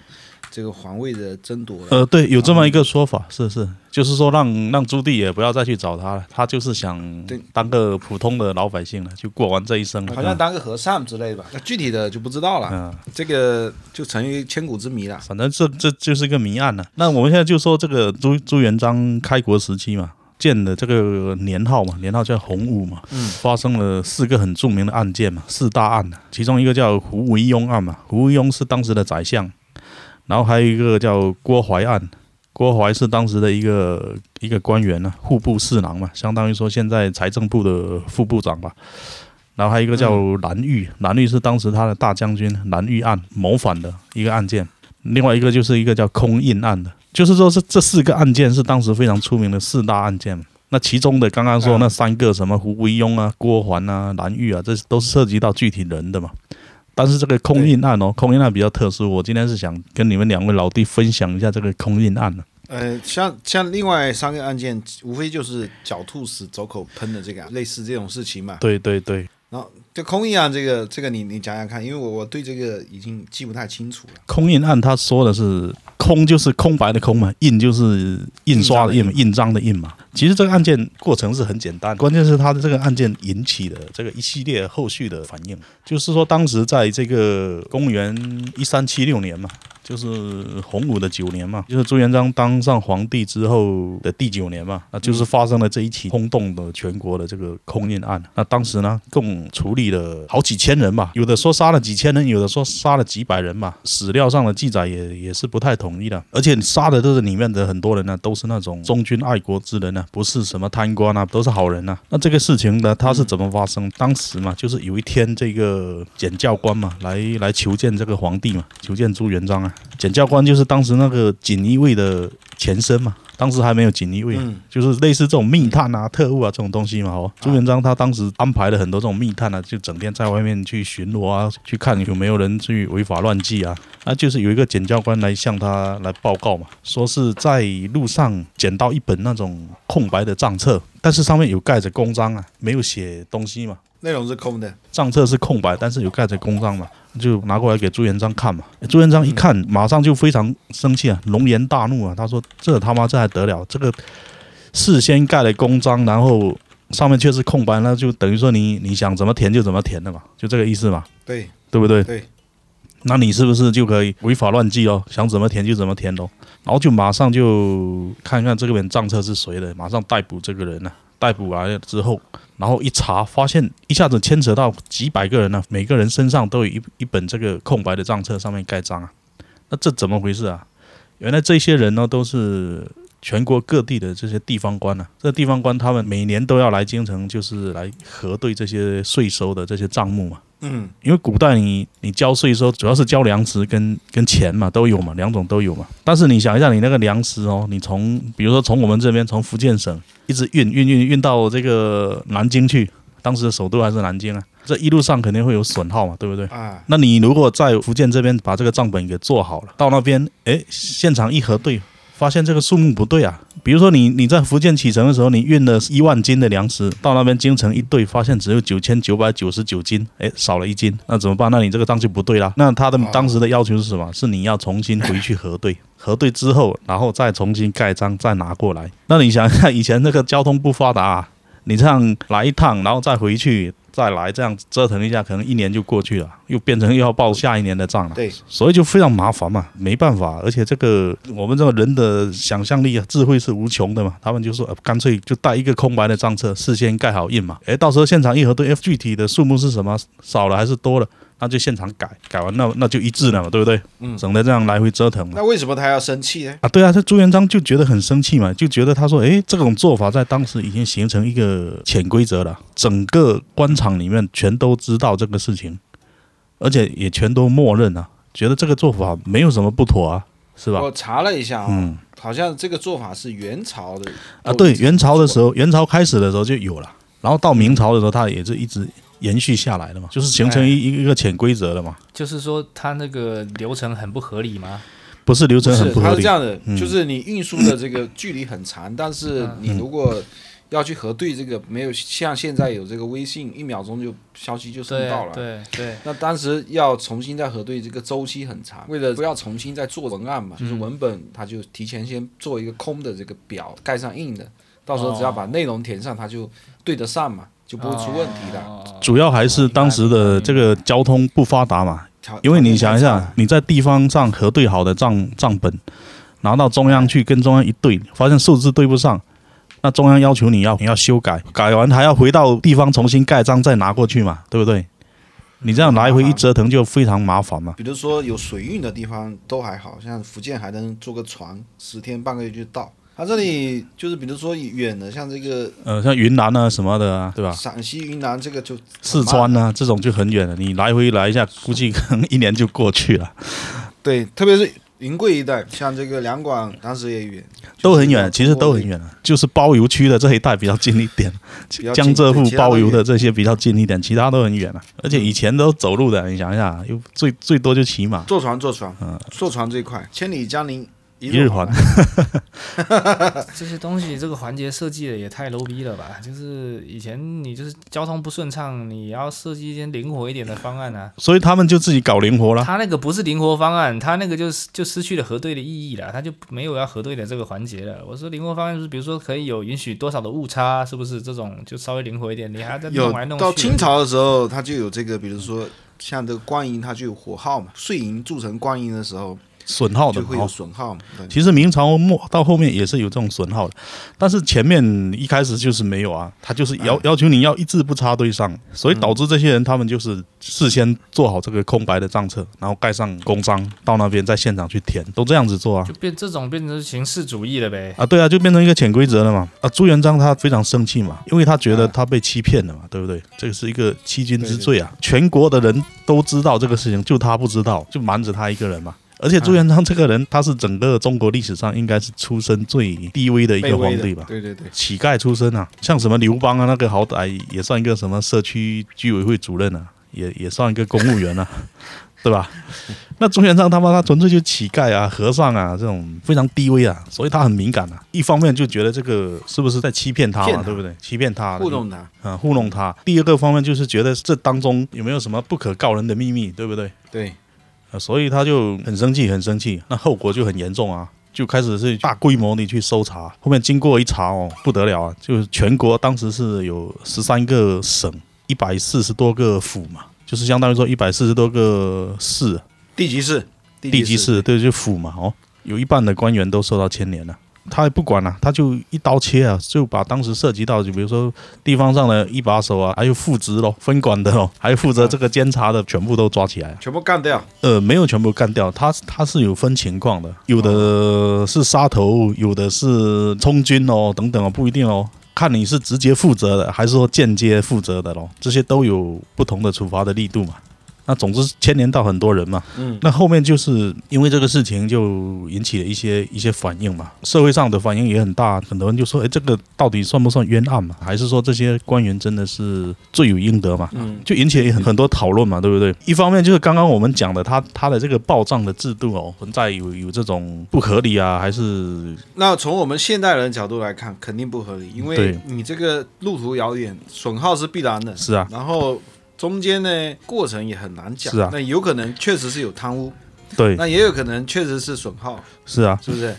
[SPEAKER 3] 这个皇位的争夺了。
[SPEAKER 2] 呃，对，有这么一个说法，是是，就是说让让朱棣也不要再去找他了，他就是想
[SPEAKER 3] 对
[SPEAKER 2] 当个普通的老百姓了，就过完这一生了。啊
[SPEAKER 3] 好像当个和尚之类的吧，那具体的就不知道了，
[SPEAKER 2] 呃嗯
[SPEAKER 3] 这个就成为千古之谜了。
[SPEAKER 2] 反正这这就是个谜案了、那我们现在就说这个朱朱元璋开国时期嘛，建的这个年号嘛，年号叫洪武嘛，
[SPEAKER 3] 嗯
[SPEAKER 2] 发生了四个很著名的案件嘛，四大案、啊、其中一个叫胡惟庸案嘛，胡惟庸是当时的宰相，然后还有一个叫郭槐案，郭槐是当时的一个一个官员呢、啊，户部侍郎嘛，相当于说现在财政部的副部长吧。然后还有一个叫蓝玉，蓝玉是当时他的大将军蓝玉案谋反的一个案件。另外一个就是一个叫空印案的，就是说这这四个案件是当时非常出名的四大案件嘛。那其中的刚刚说
[SPEAKER 3] 啊
[SPEAKER 2] 那三个什么胡惟庸啊、郭桓啊、蓝玉啊，这都是涉及到具体人的嘛。但是这个空印案哦，空印案比较特殊，我今天是想跟你们两位老弟分享一下这个空印案呢、
[SPEAKER 3] 呃，像像另外三个案件，无非就是狡兔死走狗烹的这个啊类似这种事情嘛。
[SPEAKER 2] 对对对，
[SPEAKER 3] 然后这空印案这个这个你你讲讲看，因为我我对这个已经记不太清楚了。
[SPEAKER 2] 空印案他说的是空就是空白的空嘛，印就是印刷的印嘛，印章的印嘛。其实这个案件过程是很简单，关键是他的这个案件引起的这个一系列后续的反应，就是说当时在这个公元一三七六年嘛。就是洪武的九年嘛，就是朱元璋当上皇帝之后的第九年嘛，那就是发生了这一起轰动的全国的这个空运案。那当时呢，共处理了好几千人吧，有的说杀了几千人，有的说杀了几百人吧。史料上的记载也也是不太统一的，而且杀的这是里面的很多人呢、都是那种忠君爱国之人呢、啊不是什么贪官啊，都是好人呐、那这个事情呢，它是怎么发生？当时嘛，就是有一天这个检教官嘛，来来求见这个皇帝嘛，求见朱元璋啊。检教官就是当时那个锦衣卫的前身嘛，当时还没有锦衣卫啊、
[SPEAKER 3] 嗯
[SPEAKER 2] 就是类似这种密探啊、特务啊这种东西嘛。哦，朱元璋他当时安排了很多这种密探啊，就整天在外面去巡逻啊，去看有没有人去违法乱纪啊。啊，就是有一个检教官来向他来报告嘛，说是在路上捡到一本那种空白的账册，但是上面有盖着公章啊，没有写东西嘛。
[SPEAKER 3] 内容是空的，
[SPEAKER 2] 账册是空白，但是有盖着公章嘛，就拿过来给朱元璋看嘛。朱元璋一看，马上就非常生气啊，龙颜大怒啊，他说：“这他妈这还得了？这个事先盖了公章，然后上面却是空白，那就等于说你你想怎么填就怎么填的嘛，就这个意思嘛，
[SPEAKER 3] 对，
[SPEAKER 2] 对不对？
[SPEAKER 3] 对。
[SPEAKER 2] 那你是不是就可以违法乱纪哦？想怎么填就怎么填喽？然后就马上就看看这个本账册是谁的，马上逮捕这个人呢、啊逮捕完了之后，然后一查，发现一下子牵扯到几百个人呢、啊每个人身上都有一一本这个空白的账册，上面盖章啊。那这怎么回事啊？原来这些人呢，都是全国各地的这些地方官啊。这地方官他们每年都要来京城，就是来核对这些税收的这些账目嘛。
[SPEAKER 3] 嗯，
[SPEAKER 2] 因为古代你你交税的时候，主要是交粮食跟跟钱嘛，都有嘛，两种都有嘛。但是你想一下，你那个粮食哦，你从比如说从我们这边从福建省一直运运运运到这个南京去，当时的首都还是南京啊，这一路上肯定会有损耗嘛，对不对？
[SPEAKER 3] 啊，
[SPEAKER 2] 那你如果在福建这边把这个账本给做好了，到那边诶，现场一核对，发现这个数目不对啊。比如说你你在福建启程的时候，你运了一万斤的粮食，到那边京城一对，发现只有九千九百九十九斤，诶，少了一斤，那怎么办？那你这个账就不对啦。那他的
[SPEAKER 3] 哦
[SPEAKER 2] 当时的要求是什么？是你要重新回去核对。 核对之后，然后再重新盖章，再拿过来。那你想一下，以前那个交通不发达、啊，你这样来一趟，然后再回去，再来这样折腾一下，可能一年就过去了，又变成又要报下一年的账了。
[SPEAKER 3] 对，
[SPEAKER 2] 所以就非常麻烦嘛，没办法，而且这个我们这个人的想象力啊、智慧是无穷的嘛。他们就说，呃干脆就带一个空白的账册，事先盖好印嘛。诶，到时候现场一核对，诶具体的数目是什么，少了还是多了，那就现场改，改完那那就一致了嘛，对不对？
[SPEAKER 3] 嗯
[SPEAKER 2] 省得这样来回折腾嘛。
[SPEAKER 3] 那为什么他要生气呢？
[SPEAKER 2] 啊，对啊，这朱元璋就觉得很生气嘛，就觉得他说，诶，这种做法在当时已经形成一个潜规则了，整个官场里面全都知道这个事情，而且也全都默认啊，觉得这个做法没有什么不妥啊，是吧？
[SPEAKER 3] 我查了一下啊、
[SPEAKER 2] 嗯，
[SPEAKER 3] 好像这个做法是元朝的
[SPEAKER 2] 啊，对，元朝的时
[SPEAKER 3] 候，
[SPEAKER 2] 候，元朝开始的时候就有了，然后到明朝的时候，它也是一直延续下来的嘛，就是形成一
[SPEAKER 3] 哎
[SPEAKER 2] 一个潜规则了嘛，
[SPEAKER 1] 就是说他那个流程很不合理吗？
[SPEAKER 2] 不是流
[SPEAKER 3] 不
[SPEAKER 2] 程很
[SPEAKER 3] 是
[SPEAKER 2] 不合
[SPEAKER 3] 它是
[SPEAKER 2] 理
[SPEAKER 3] 这。样的
[SPEAKER 2] 嗯，
[SPEAKER 3] 就是你运输的这个距离很长，但是你如果要去核对这个，没有像现在有这个微信，一秒钟就消息就送
[SPEAKER 1] 对
[SPEAKER 3] 到了。
[SPEAKER 1] 对对，
[SPEAKER 3] 那当时要重新再核对，这个周期很长。为了不要重新再做文案嘛，就是文本，它就提前先做一个空的这个表，盖上硬的，到时候只要把内容填上，它就对得上嘛，就不会出问题的。
[SPEAKER 1] 哦
[SPEAKER 2] 主要还是当时的这个交通不发达嘛，
[SPEAKER 3] 条
[SPEAKER 2] 因为你想一下，，你在地方上核对好的账账本，拿到中央去跟中央一对，发现数字对不上，那中央要求你要你要修改，改完还要回到地方重新盖章再拿过去嘛，对不对？你这样来回一折腾就非常麻烦嘛。
[SPEAKER 3] 比如说有水运的地方都还好像福建还能坐个船，十天半个月就到。它这里就是比如说远的，像这个
[SPEAKER 2] 呃，像云南啊什么的啊，对吧？
[SPEAKER 3] 陕西、云南这个就
[SPEAKER 2] 四川啊这种就很远了，你来回来一下，估计可能一年就过去了，
[SPEAKER 3] 对，特别是云贵一带，像这个两广当时也远，
[SPEAKER 2] 都很远，其实都很，远啊了，就是包邮区的这一带比较近一点。
[SPEAKER 3] 比较近
[SPEAKER 2] 江浙沪
[SPEAKER 3] 对其他都
[SPEAKER 2] 包邮
[SPEAKER 3] 远
[SPEAKER 2] 的这些比较近一点，其他都很远了、啊而且以前都走路的，你想一下，又最最多就骑马。
[SPEAKER 3] 坐船，坐船，坐船最快，千里江陵一
[SPEAKER 2] 嗯一日
[SPEAKER 3] 还
[SPEAKER 2] 还。
[SPEAKER 1] 这些东西这个环节设计的也太 low 逼了吧？就是以前你就是交通不顺畅，你要设计一些灵活一点的方案啊。
[SPEAKER 2] 所以他们就自己搞灵活了。
[SPEAKER 1] 他那个不是灵活方案，他那个就是就失去了核对的意义了，他就没有要核对的这个环节了。我说灵活方案就是比如说可以有允许多少的误差，是不是这种就稍微灵活一点？你还在弄来
[SPEAKER 3] 有
[SPEAKER 1] 弄去。
[SPEAKER 3] 到清朝的时候，它就有这个，比如说像这个官营，它就有火耗嘛，税银铸成官营的时候
[SPEAKER 2] 损耗的
[SPEAKER 3] 就会有
[SPEAKER 2] 好，
[SPEAKER 3] 损耗嘛。对，
[SPEAKER 2] 其实明朝末到后面也是有这种损耗的，但是前面一开始就是没有啊，他就是
[SPEAKER 3] 哎
[SPEAKER 2] 要要求你要一字不差对上，所以导致这些人他们就是事先做好这个空白的账册，然后盖上公章，到那边在现场去填，都这样子做啊
[SPEAKER 1] 就。变这种变成形式主义了呗。
[SPEAKER 2] 啊，对啊，就变成一个潜规则了嘛。啊，朱元璋他非常生气嘛，因为他觉得他被欺骗了嘛，对不对？这个是一个欺君之罪啊，全国的人都知道这个事情，就他不知道，就瞒着他一个人嘛。而且朱元璋这个人，他是整个中国历史上应该是出身最低微的一
[SPEAKER 3] 卑
[SPEAKER 2] 个皇
[SPEAKER 3] 微的
[SPEAKER 2] 帝吧。
[SPEAKER 3] 对对对，
[SPEAKER 2] 乞丐出身啊，像什么刘邦啊，那个好歹也算一个什么社区居委会主任啊，也也算一个公务员啊， 对吧？那朱元璋他妈他纯粹就乞丐啊、和尚啊这种非常低微啊，所以他很敏感啊。一方面就觉得这个是不是在欺骗他
[SPEAKER 3] 骗
[SPEAKER 2] 嘛，
[SPEAKER 3] 他
[SPEAKER 2] 对不对？欺骗他，
[SPEAKER 3] 糊弄他，
[SPEAKER 2] 啊，糊弄他。第二个方面就是觉得这当中有没有什么不可告人的秘密，对不对？
[SPEAKER 3] 对，
[SPEAKER 2] 啊，所以他就很生气，很生气，那后果就很严重啊，就开始是大规模地去搜查。后面经过一查哦，不得了啊，就是全国当时是有十三个省，一百四十多个府嘛，就是相当于说一百四十多个市，
[SPEAKER 3] 地级市，
[SPEAKER 2] 地级
[SPEAKER 3] 级
[SPEAKER 2] 市，对，就府嘛，哦，有一半的官员都受到牵连了。他也不管了、他就一刀切啊，就把当时涉及到，就比如说地方上的一把手啊，还有副职咯、分管的咯，还有负责这个监察的，全部都抓起来啊。
[SPEAKER 3] 全部干掉，
[SPEAKER 2] 呃，没有全部干掉，它它是有分情况的，有的是杀头，有的是充军哦，等等哦，不一定哦，看你是直接负责的，还是说间接负责的咯，这些都有不同的处罚的力度嘛。那总之牵连到很多人嘛，
[SPEAKER 3] 嗯，
[SPEAKER 2] 那后面就是因为这个事情就引起了一些一些反应嘛，社会上的反应也很大，很多人就说，哎，这个到底算不算冤案嘛？还是说这些官员真的是罪有应得嘛？
[SPEAKER 3] 嗯，
[SPEAKER 2] 就引起了很很多讨论嘛，对不对？一方面就是刚刚我们讲的，他他的这个报账的制度哦，存在有有这种不合理啊，还是
[SPEAKER 3] 那从我们现代人角度来看，肯定不合理，因为
[SPEAKER 2] 对
[SPEAKER 3] 你这个路途遥远，损耗是必然的。
[SPEAKER 2] 是啊，
[SPEAKER 3] 然后中间呢，过程也很难讲。
[SPEAKER 2] 是啊
[SPEAKER 3] 那有可能确实是有贪污，
[SPEAKER 2] 对，
[SPEAKER 3] 那也有可能确实是损耗，
[SPEAKER 2] 是啊，
[SPEAKER 3] 是不是？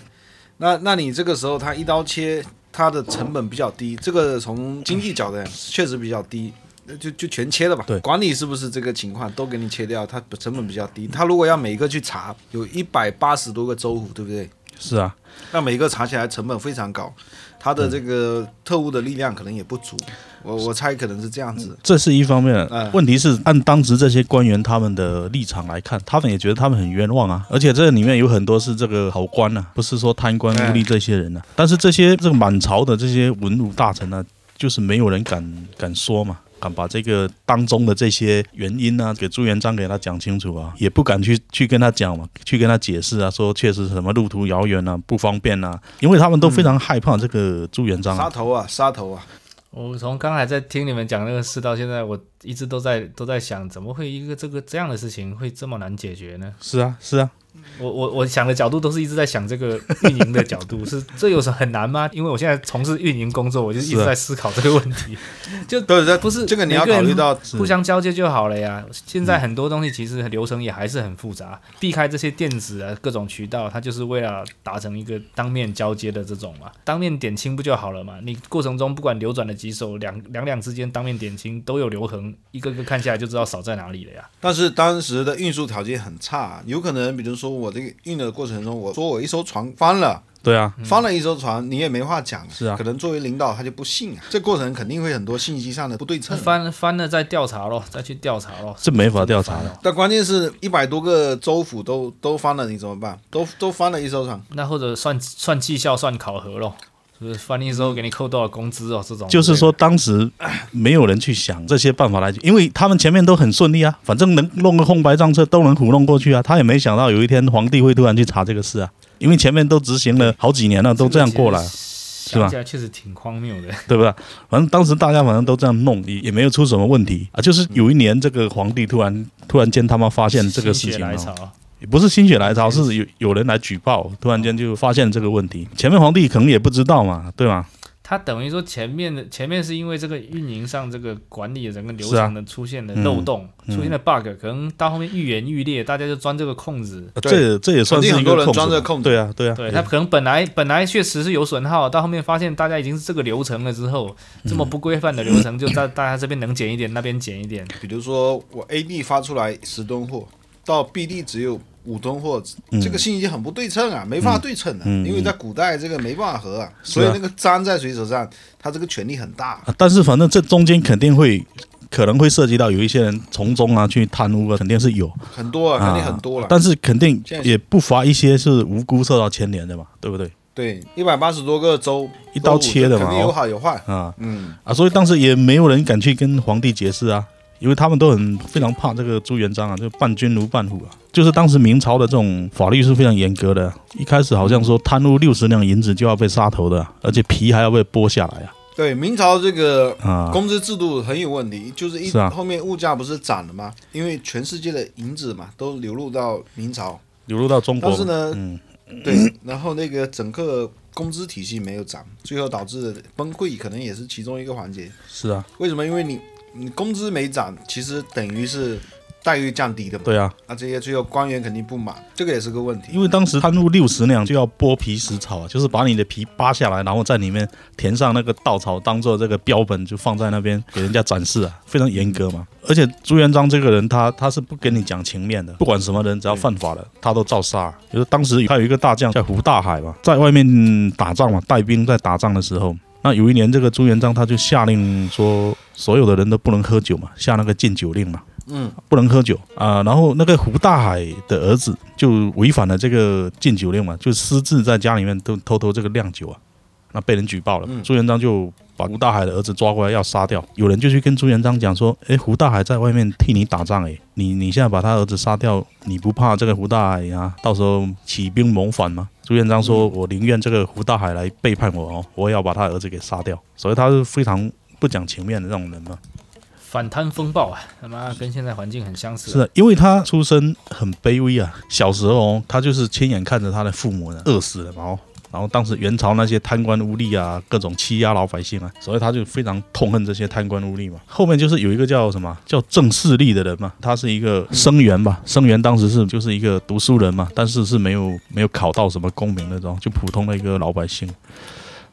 [SPEAKER 3] 那那你这个时候他一刀切，它的成本比较低，这个从经济角度确实比较低。那就就全切了吧。
[SPEAKER 2] 对
[SPEAKER 3] 管理是不是这个情况都给你切掉，它成本比较低。他如果要每个去查，有一百八十多个州府，对不对？
[SPEAKER 2] 是啊，
[SPEAKER 3] 那每个查起来成本非常高，他的这个特务的力量可能也不足。我我猜可能是这样子。
[SPEAKER 2] 这是一方面。
[SPEAKER 3] 嗯
[SPEAKER 2] 问题是，按当时这些官员他们的立场来看，他们也觉得他们很冤枉啊，而且这里面有很多是这个好官啊，不是说贪官污吏这些人
[SPEAKER 3] 嗯
[SPEAKER 2] 啊，但是这些这个满朝的这些文武大臣啊，就是没有人敢敢说嘛。敢把这个当中的这些原因啊，给朱元璋给他讲清楚啊，也不敢去去跟他讲嘛，去跟他解释啊，说确实什么路途遥远啊，不方便啊，因为他们都非常害怕这个朱元
[SPEAKER 1] 嗯
[SPEAKER 2] 璋、啊
[SPEAKER 3] 嗯杀头啊，杀头啊！
[SPEAKER 1] 我从刚才在听你们讲那个事到现在，我一直都在都在想，怎么会一个这个这样的事情会这么难解决呢？
[SPEAKER 2] 是啊，是啊，
[SPEAKER 1] 我我我想的角度都是一直在想这个运营的角度， 是这有什么很难吗？因为我现在从事运营工作，我就一
[SPEAKER 2] 是
[SPEAKER 1] 直
[SPEAKER 2] 啊
[SPEAKER 1] 在思考这个问题。 就
[SPEAKER 3] 对，这
[SPEAKER 1] 不是
[SPEAKER 3] 这个你要
[SPEAKER 1] 每个
[SPEAKER 3] 考
[SPEAKER 1] 人
[SPEAKER 3] 虑到
[SPEAKER 1] 互相交接就好了呀。现在很多东西其实流程也还是很复杂，避开这些电子啊各种渠道，它就是为了达成一个当面交接的这种嘛，当面点清不就好了嘛？你过程中不管流转了几手，两两两之间当面点清都有留痕，一个个看下来就知道少在哪里了呀。
[SPEAKER 3] 但是当时的运输条件很差，有可能比如说我这个运的过程中，我说我一艘船翻了，
[SPEAKER 2] 对啊，
[SPEAKER 3] 翻了一艘船，你也没话讲。
[SPEAKER 2] 是啊
[SPEAKER 3] 可能作为领导他就不信啊，这过程肯定会很多信息上的不对称。
[SPEAKER 1] 翻翻了再调查咯，再去调查咯。
[SPEAKER 2] 这没法调查的。
[SPEAKER 3] 但关键是一百多个州府都都翻了，你怎么办？都都翻了一艘船，
[SPEAKER 1] 那或者算算绩效、算考核咯，是不是翻译之后给你扣多少工资哦？这种
[SPEAKER 2] 就是说，当时没有人去想这些办法来，因为他们前面都很顺利啊，反正能弄个空白账册都能糊弄过去啊。他也没想到有一天皇帝会突然去查这个事啊，因为前面都执行了好几年了，都这样过来，
[SPEAKER 1] 是
[SPEAKER 2] 吧
[SPEAKER 1] 想起来确实挺荒谬的。
[SPEAKER 2] 对不对？反正当时大家反正都这样弄，也也没有出什么问题啊。就是有一年，这个皇帝突然突然间他们发现这个事
[SPEAKER 1] 心血
[SPEAKER 2] 情哦
[SPEAKER 1] 来
[SPEAKER 2] 了，
[SPEAKER 1] 潮，
[SPEAKER 2] 也不是心血来潮，是有有人来举报，突然间就发现这个问题。前面皇帝可能也不知道嘛，对吧？
[SPEAKER 1] 他等于说前面的前面是因为这个运营上这个管理的整个流
[SPEAKER 2] 是啊
[SPEAKER 1] 程的出现的漏洞，
[SPEAKER 2] 嗯
[SPEAKER 1] 出现了 bug，、可能到后面愈演愈烈，大家就钻这个空子。
[SPEAKER 3] 对
[SPEAKER 2] 这这也算是一
[SPEAKER 3] 肯定很多
[SPEAKER 2] 个
[SPEAKER 3] 人
[SPEAKER 2] 控制
[SPEAKER 3] 钻这
[SPEAKER 2] 吧，
[SPEAKER 3] 空子
[SPEAKER 2] 对啊，对啊，
[SPEAKER 1] 对他可能本来本来确实是有损耗，到后面发现大家已经是这个流程了之后，这
[SPEAKER 2] 嗯
[SPEAKER 1] 么不规范的流程就在大家这边能减一点，那边减一点，
[SPEAKER 3] 比如说我 A 地发出来十吨货，到 B 地只有五吨货，
[SPEAKER 2] 嗯
[SPEAKER 3] 这个信息很不对称啊，没法对称的、
[SPEAKER 2] 嗯嗯
[SPEAKER 3] 因为在古代这个没办法合啊，
[SPEAKER 2] 是
[SPEAKER 3] 所
[SPEAKER 2] 啊
[SPEAKER 3] 以那个章在谁手上，他这个权力很大。
[SPEAKER 2] 啊，但是反正这中间肯定会可能会涉及到有一些人从中啊去贪污啊，肯定是有，
[SPEAKER 3] 很多啊，
[SPEAKER 2] 啊
[SPEAKER 3] 肯定很多了。
[SPEAKER 2] 但是肯定
[SPEAKER 3] 现在
[SPEAKER 2] 也不乏一些是无辜受到牵连的嘛，对不对？
[SPEAKER 3] 对，一百八十多个州，
[SPEAKER 2] 一刀切的嘛
[SPEAKER 3] 肯定有好有坏。
[SPEAKER 2] 啊
[SPEAKER 3] 嗯，
[SPEAKER 2] 啊，所以当时也没有人敢去跟皇帝解释啊，因为他们都很非常怕这个朱元璋啊，就伴君如伴虎啊。就是当时明朝的这种法律是非常严格的，啊一开始好像说贪污六十两银子就要被杀头的，啊而且皮还要被剥下来啊
[SPEAKER 3] 对，明朝这个
[SPEAKER 2] 啊！
[SPEAKER 3] 工资制度很有问题，就是一
[SPEAKER 2] 是啊
[SPEAKER 3] 后面物价不是涨了吗？因为全世界的银子嘛都流入到明朝，
[SPEAKER 2] 流入到中国
[SPEAKER 3] 但是
[SPEAKER 2] 嘛，
[SPEAKER 3] 呢，
[SPEAKER 2] 嗯，
[SPEAKER 3] 对，然后那个整个工资体系没有涨，最后导致崩溃，可能也是其中一个环节。
[SPEAKER 2] 是啊，
[SPEAKER 3] 为什么？因为你你工资没涨，其实等于是待遇降低的嘛。
[SPEAKER 2] 对啊，
[SPEAKER 3] 那这些最后官员肯定不满，这个也是个问题。
[SPEAKER 2] 因为当时贪污六十两就要剥皮食草啊，就是把你的皮扒下来，然后在里面填上那个稻草，当做这个标本，就放在那边给人家展示啊，非常严格嘛。而且朱元璋这个人，他他是不跟你讲情面的，不管什么人，只要犯法了，他都照杀。啊就是当时还有一个大将叫胡大海嘛，在外面嗯打仗嘛，带兵在打仗的时候。那有一年，这个朱元璋他就下令说，所有的人都不能喝酒嘛，下那个禁酒令嘛。
[SPEAKER 3] 嗯，
[SPEAKER 2] 不能喝酒啊、然后那个胡大海的儿子就违反了这个禁酒令嘛，就私自在家里面都偷偷这个酿酒啊，那被人举报了。
[SPEAKER 3] 嗯
[SPEAKER 2] 朱元璋就把胡大海的儿子抓过来要杀掉，有人就去跟朱元璋讲说：“哎，胡大海在外面替你打仗，哎，你你现在把他儿子杀掉，你不怕这个胡大海啊，到时候起兵谋反吗？”朱元璋说：“我宁愿这个胡大海来背叛我哦，我也要把他儿子给杀掉。”所以他是非常不讲情面的这种人嘛。
[SPEAKER 1] 反贪风暴啊，他妈跟现在环境很相似啊。
[SPEAKER 2] 是的，因为他出身很卑微啊，小时候哦，他就是亲眼看着他的父母呢饿死了嘛哦。然后当时元朝那些贪官污吏啊，各种欺压老百姓啊，所以他就非常痛恨这些贪官污吏嘛。后面就是有一个叫什么叫郑士立的人嘛，他是一个生员吧，生员当时是就是一个读书人嘛，但是是没有没有考到什么功名那种，就普通的一个老百姓。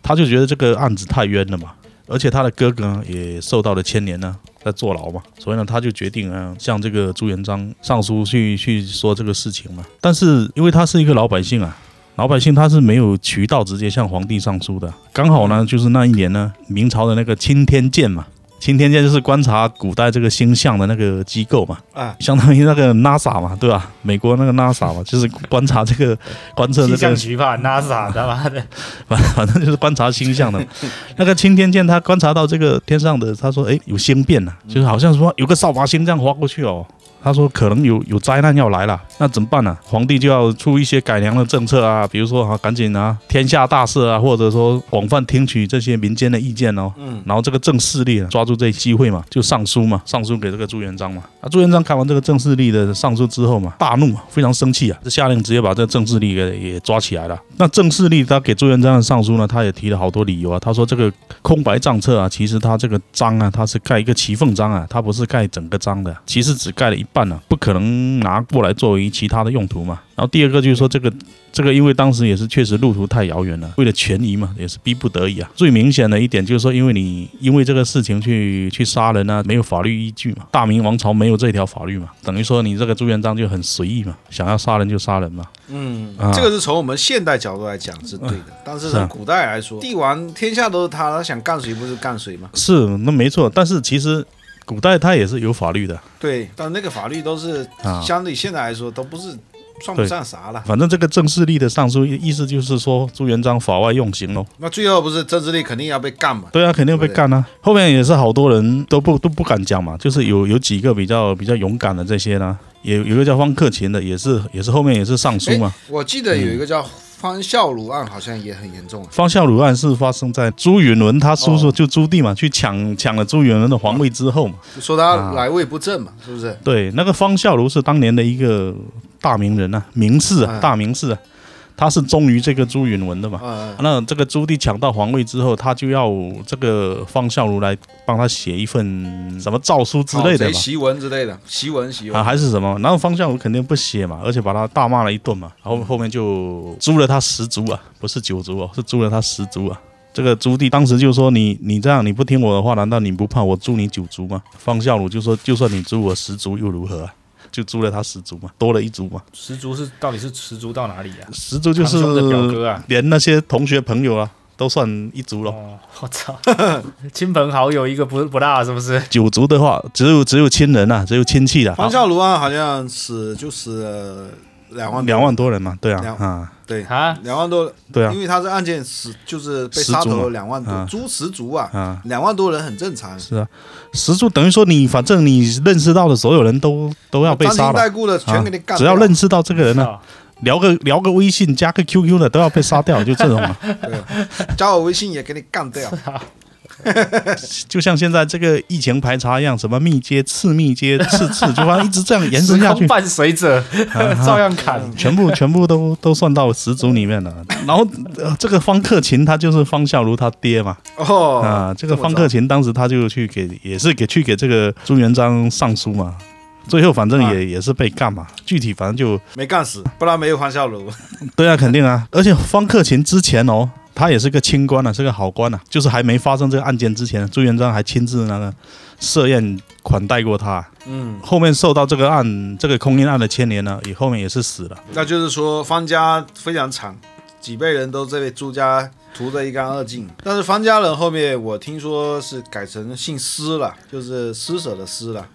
[SPEAKER 2] 他就觉得这个案子太冤了嘛，而且他的哥哥呢也受到了牵连呢、在坐牢嘛，所以呢，他就决定啊，向这个朱元璋上书去去说这个事情嘛。但是因为他是一个老百姓啊，老百姓他是没有渠道直接向皇帝上书的。刚好呢，就是那一年呢，明朝的那个钦天监嘛，钦天监就是观察古代这个星象的那个机构嘛，
[SPEAKER 3] 啊，
[SPEAKER 2] 相当于那个 NASA 嘛，对吧？美国那个 NASA 嘛，就是观察这个观啊测这
[SPEAKER 1] 气象
[SPEAKER 2] 个
[SPEAKER 1] 局吧，NASA 他妈的，
[SPEAKER 2] 反反正就是观察星象的嘛。 那个青天剑他观察到这个天上的，他说：“哎，有星变呐、就是好像说有个扫把星这样划过去哦。”他说：“可能有有灾难要来了，那怎么办呢、皇帝就要出一些改良的政策啊，比如说啊，赶紧啊，天下大事啊，或者说广泛听取这些民间的意见哦。”
[SPEAKER 3] 嗯，
[SPEAKER 2] 然后这个郑势力呢抓住这机会嘛，就上书嘛，上书给这个朱元璋嘛。啊，朱元璋看完这个郑士立的上书之后嘛，大怒啊，非常生气啊，就下令直接把这个郑士立给也抓起来了。那郑士立他给朱元璋的上书呢，他也提了好多理由啊，他说这个空白账册啊，其实他这个章啊，他是盖一个齐缝章啊，他不是盖整个章的，其实只盖了一半呢、啊，不可能拿过来作为其他的用途嘛。然后第二个就是说这个这个因为当时也是确实路途太遥远了，为了权宜嘛，也是逼不得已啊。最明显的一点就是说，因为你因为这个事情去去杀人啊，没有法律依据嘛，大明王朝没有这条法律嘛，等于说你这个朱元璋就很随意嘛，想要杀人就杀人嘛。
[SPEAKER 3] 嗯
[SPEAKER 2] 啊，
[SPEAKER 3] 这个是从我们现代角度来讲是对的，但是
[SPEAKER 2] 是啊
[SPEAKER 3] 从古代来说，帝王天下都是他，他想干谁不是干谁吗？
[SPEAKER 2] 是，那没错，但是其实古代它也是有法律的
[SPEAKER 3] 对，但那个法律都是
[SPEAKER 2] 啊。
[SPEAKER 3] 相对现在来说都不是算不上啥了。
[SPEAKER 2] 反正这个郑士立的上书意思就是说朱元璋法外用刑喽。
[SPEAKER 3] 那最后不是政治力肯定要被干嘛？
[SPEAKER 2] 对啊，肯定会被
[SPEAKER 3] 对
[SPEAKER 2] 干啊。后面也是好多人都不都不敢讲嘛，就是有有几个比较比较勇敢的这些呢，也有一个叫方克勤的，也是也是后面也是上书嘛。
[SPEAKER 3] 我记得有一个叫方孝孺案，好像也很严重啊。
[SPEAKER 2] 方孝孺案是发生在朱允炆他叔叔就朱棣嘛，去抢抢了朱允炆的皇位之后嘛。
[SPEAKER 3] 就说他来位不正
[SPEAKER 2] 啊
[SPEAKER 3] 嘛，是不是？
[SPEAKER 2] 对，那个方孝孺是当年的一个大名人啊，名士啊，
[SPEAKER 3] 嗯
[SPEAKER 2] 大名士啊，他是忠于这个朱允炆的嘛。
[SPEAKER 3] 嗯，
[SPEAKER 2] 那这个朱棣抢到皇位之后，他就要这个方孝孺来帮他写一份什么诏书之类的
[SPEAKER 3] 贼
[SPEAKER 2] 嘛。
[SPEAKER 3] 哦檄文之类的，檄文檄
[SPEAKER 2] 啊，
[SPEAKER 3] 文。
[SPEAKER 2] 还是什么？然后方向我肯定不写嘛，而且把他大骂了一顿嘛，然后后面就诛了他十族啊，不是九族哦，是诛了他十族啊。这个朱棣当时就说你你这样你不听我的话，难道你不怕我诛你九族吗？方孝孺就说就算你诛我十族又如何、啊？就诛了他十族嘛，多了一族嘛，
[SPEAKER 1] 十足是到底是十足到哪里啊？
[SPEAKER 2] 十族就是
[SPEAKER 1] 堂兄的表哥啊！
[SPEAKER 2] 连那些同学朋友啊都算一族咯。
[SPEAKER 1] 哦，我操， 亲朋好友一个不不大是不是？
[SPEAKER 2] 九族的话，只有只有亲人啊，只有亲戚的、
[SPEAKER 3] 方
[SPEAKER 2] 啊，
[SPEAKER 3] 孝孺案好像死就死了两万多
[SPEAKER 2] 两万多人嘛，对啊
[SPEAKER 3] 两
[SPEAKER 2] 啊，
[SPEAKER 3] 对
[SPEAKER 1] 啊，
[SPEAKER 3] 两万多，
[SPEAKER 2] 对啊
[SPEAKER 3] 因为他这案件死就是被
[SPEAKER 2] 十
[SPEAKER 3] 杀
[SPEAKER 2] 足
[SPEAKER 3] 头
[SPEAKER 2] 嘛
[SPEAKER 3] 了两万多
[SPEAKER 2] 啊，
[SPEAKER 3] 诛十族啊，
[SPEAKER 2] 啊。
[SPEAKER 3] 两万多人很正常。
[SPEAKER 2] 是啊，十柱等于说你反正你认识到的所有人都都要被
[SPEAKER 3] 伤
[SPEAKER 2] 杀
[SPEAKER 3] 心
[SPEAKER 2] 了，啊
[SPEAKER 3] 带故的全给你干
[SPEAKER 2] 只
[SPEAKER 3] 掉。
[SPEAKER 2] 要认识到这个人呢、
[SPEAKER 1] 操
[SPEAKER 2] 聊个聊个微信，加个 QQ 的都要被杀掉，就这种 啊、
[SPEAKER 3] 加我微信也给你干 掉。
[SPEAKER 2] 就像现在这个疫情排查一样，什么密接、次密接、次次，就反正一直这样延伸下
[SPEAKER 1] 时
[SPEAKER 2] 去
[SPEAKER 1] 空，
[SPEAKER 2] 啊
[SPEAKER 1] 伴随者照样砍。
[SPEAKER 2] 全部全部都都算到十组里面了。然后、呃这个方克勤他就是方孝孺他爹嘛，
[SPEAKER 3] 哦，
[SPEAKER 2] 啊，这个
[SPEAKER 3] 么
[SPEAKER 2] 方
[SPEAKER 3] 糟
[SPEAKER 2] 克勤当时他就去给，也是给去给这个朱元璋上书嘛，最后反正也、
[SPEAKER 3] 啊
[SPEAKER 2] 也是被干嘛，具体反正就
[SPEAKER 3] 没干死，不然没有方孝孺。
[SPEAKER 2] 对啊，肯定啊。而且方克勤之前哦，他也是个清官啊，是个好官啊，就是还没发生这个案件之前，朱元璋还亲自那个设宴款待过他。
[SPEAKER 3] 嗯，
[SPEAKER 2] 后面受到这个案这个空印案的牵连呢，也后面也是死了。
[SPEAKER 3] 那就是说方家非常惨，几辈人都这被朱家屠得一干二净。但是方家人后面我听说是改成姓施了，就是施舍的施了。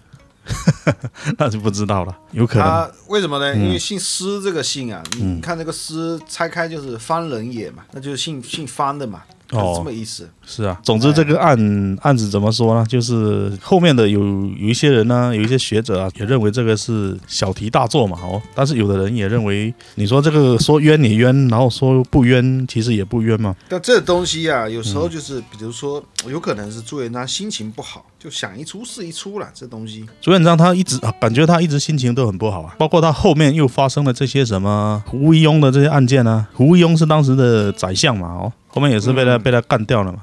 [SPEAKER 2] 那就不知道了，有可能嗯
[SPEAKER 3] 他为什么呢？因为姓施这个姓啊，你看这个施拆开就是方人也嘛，那就是姓姓方的嘛，是这
[SPEAKER 2] 哦
[SPEAKER 3] 么，意思。
[SPEAKER 2] 是啊。总之，这个案案子怎么说呢？就是后面的有有一些人呢，有一些学者啊，也认为这个是小题大做嘛，哦。但是有的人也认为，你说这个说冤也冤，然后说不冤，其实也不冤嘛。
[SPEAKER 3] 但这东西啊，有时候就是，比如说，有可能是朱元璋心情不好，就想一出是一出了。这东西，
[SPEAKER 2] 朱元璋他一直啊感觉他一直心情都很不好啊，包括他后面又发生了这些什么胡惟庸的这些案件啊呢、胡惟庸是当时的宰相嘛，哦，后面也是被他、
[SPEAKER 3] 嗯
[SPEAKER 2] 被他干掉了嘛，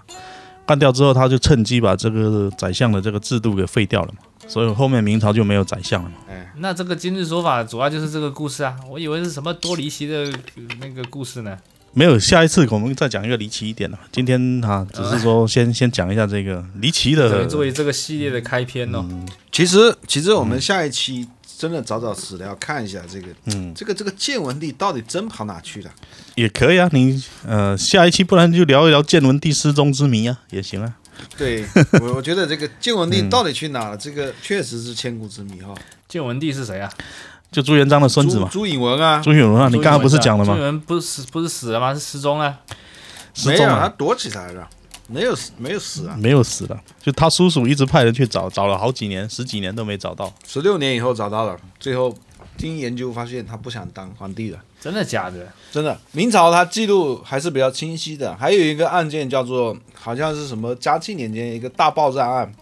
[SPEAKER 2] 干掉之后他就趁机把这个宰相的这个制度给废掉了嘛，所以后面明朝就没有宰相了嘛。
[SPEAKER 3] 哎，
[SPEAKER 1] 那这个今日说法主要就是这个故事啊，我以为是什么多离奇的呃那个故事呢。
[SPEAKER 2] 没有，下一次我们再讲一个离奇一点的。今天啊，只是说先先讲一下这个离奇
[SPEAKER 1] 等
[SPEAKER 2] 的
[SPEAKER 1] 于作为这个系列的开篇哦，
[SPEAKER 2] 嗯
[SPEAKER 3] 其实其实我们嗯下一期真的找找史料看一下这个，
[SPEAKER 2] 嗯
[SPEAKER 3] 这个这个建文帝到底真跑哪去了？
[SPEAKER 2] 也可以啊，你呃下一期不然就聊一聊建文帝失踪之谜啊，也行啊。
[SPEAKER 3] 对我我觉得这个建文帝到底去哪了？这个确实是千古之谜哈、
[SPEAKER 1] 建文帝是谁啊？
[SPEAKER 2] 就朱元璋的孙子嘛
[SPEAKER 3] 朱，朱允炆啊，
[SPEAKER 2] 朱允炆啊，你
[SPEAKER 1] 朱允
[SPEAKER 2] 刚刚不是
[SPEAKER 1] 炆啊
[SPEAKER 2] 讲了吗
[SPEAKER 1] 朱？允炆不是死不是死了吗？是失踪了。
[SPEAKER 2] 失
[SPEAKER 3] 没有啊
[SPEAKER 2] 踪
[SPEAKER 3] 他
[SPEAKER 2] 了，
[SPEAKER 3] 躲起来了，没有死没有死啊，
[SPEAKER 2] 没有死了。就他叔叔一直派人去找，找了好几年，十几年都没找到。
[SPEAKER 3] 十六年以后找到了，最后经研究发现他不想当皇帝了。
[SPEAKER 1] 真的假的？
[SPEAKER 3] 真的，明朝它记录还是比较清晰的。还有一个案件叫做，好像是什么嘉庆年间一个大爆炸案，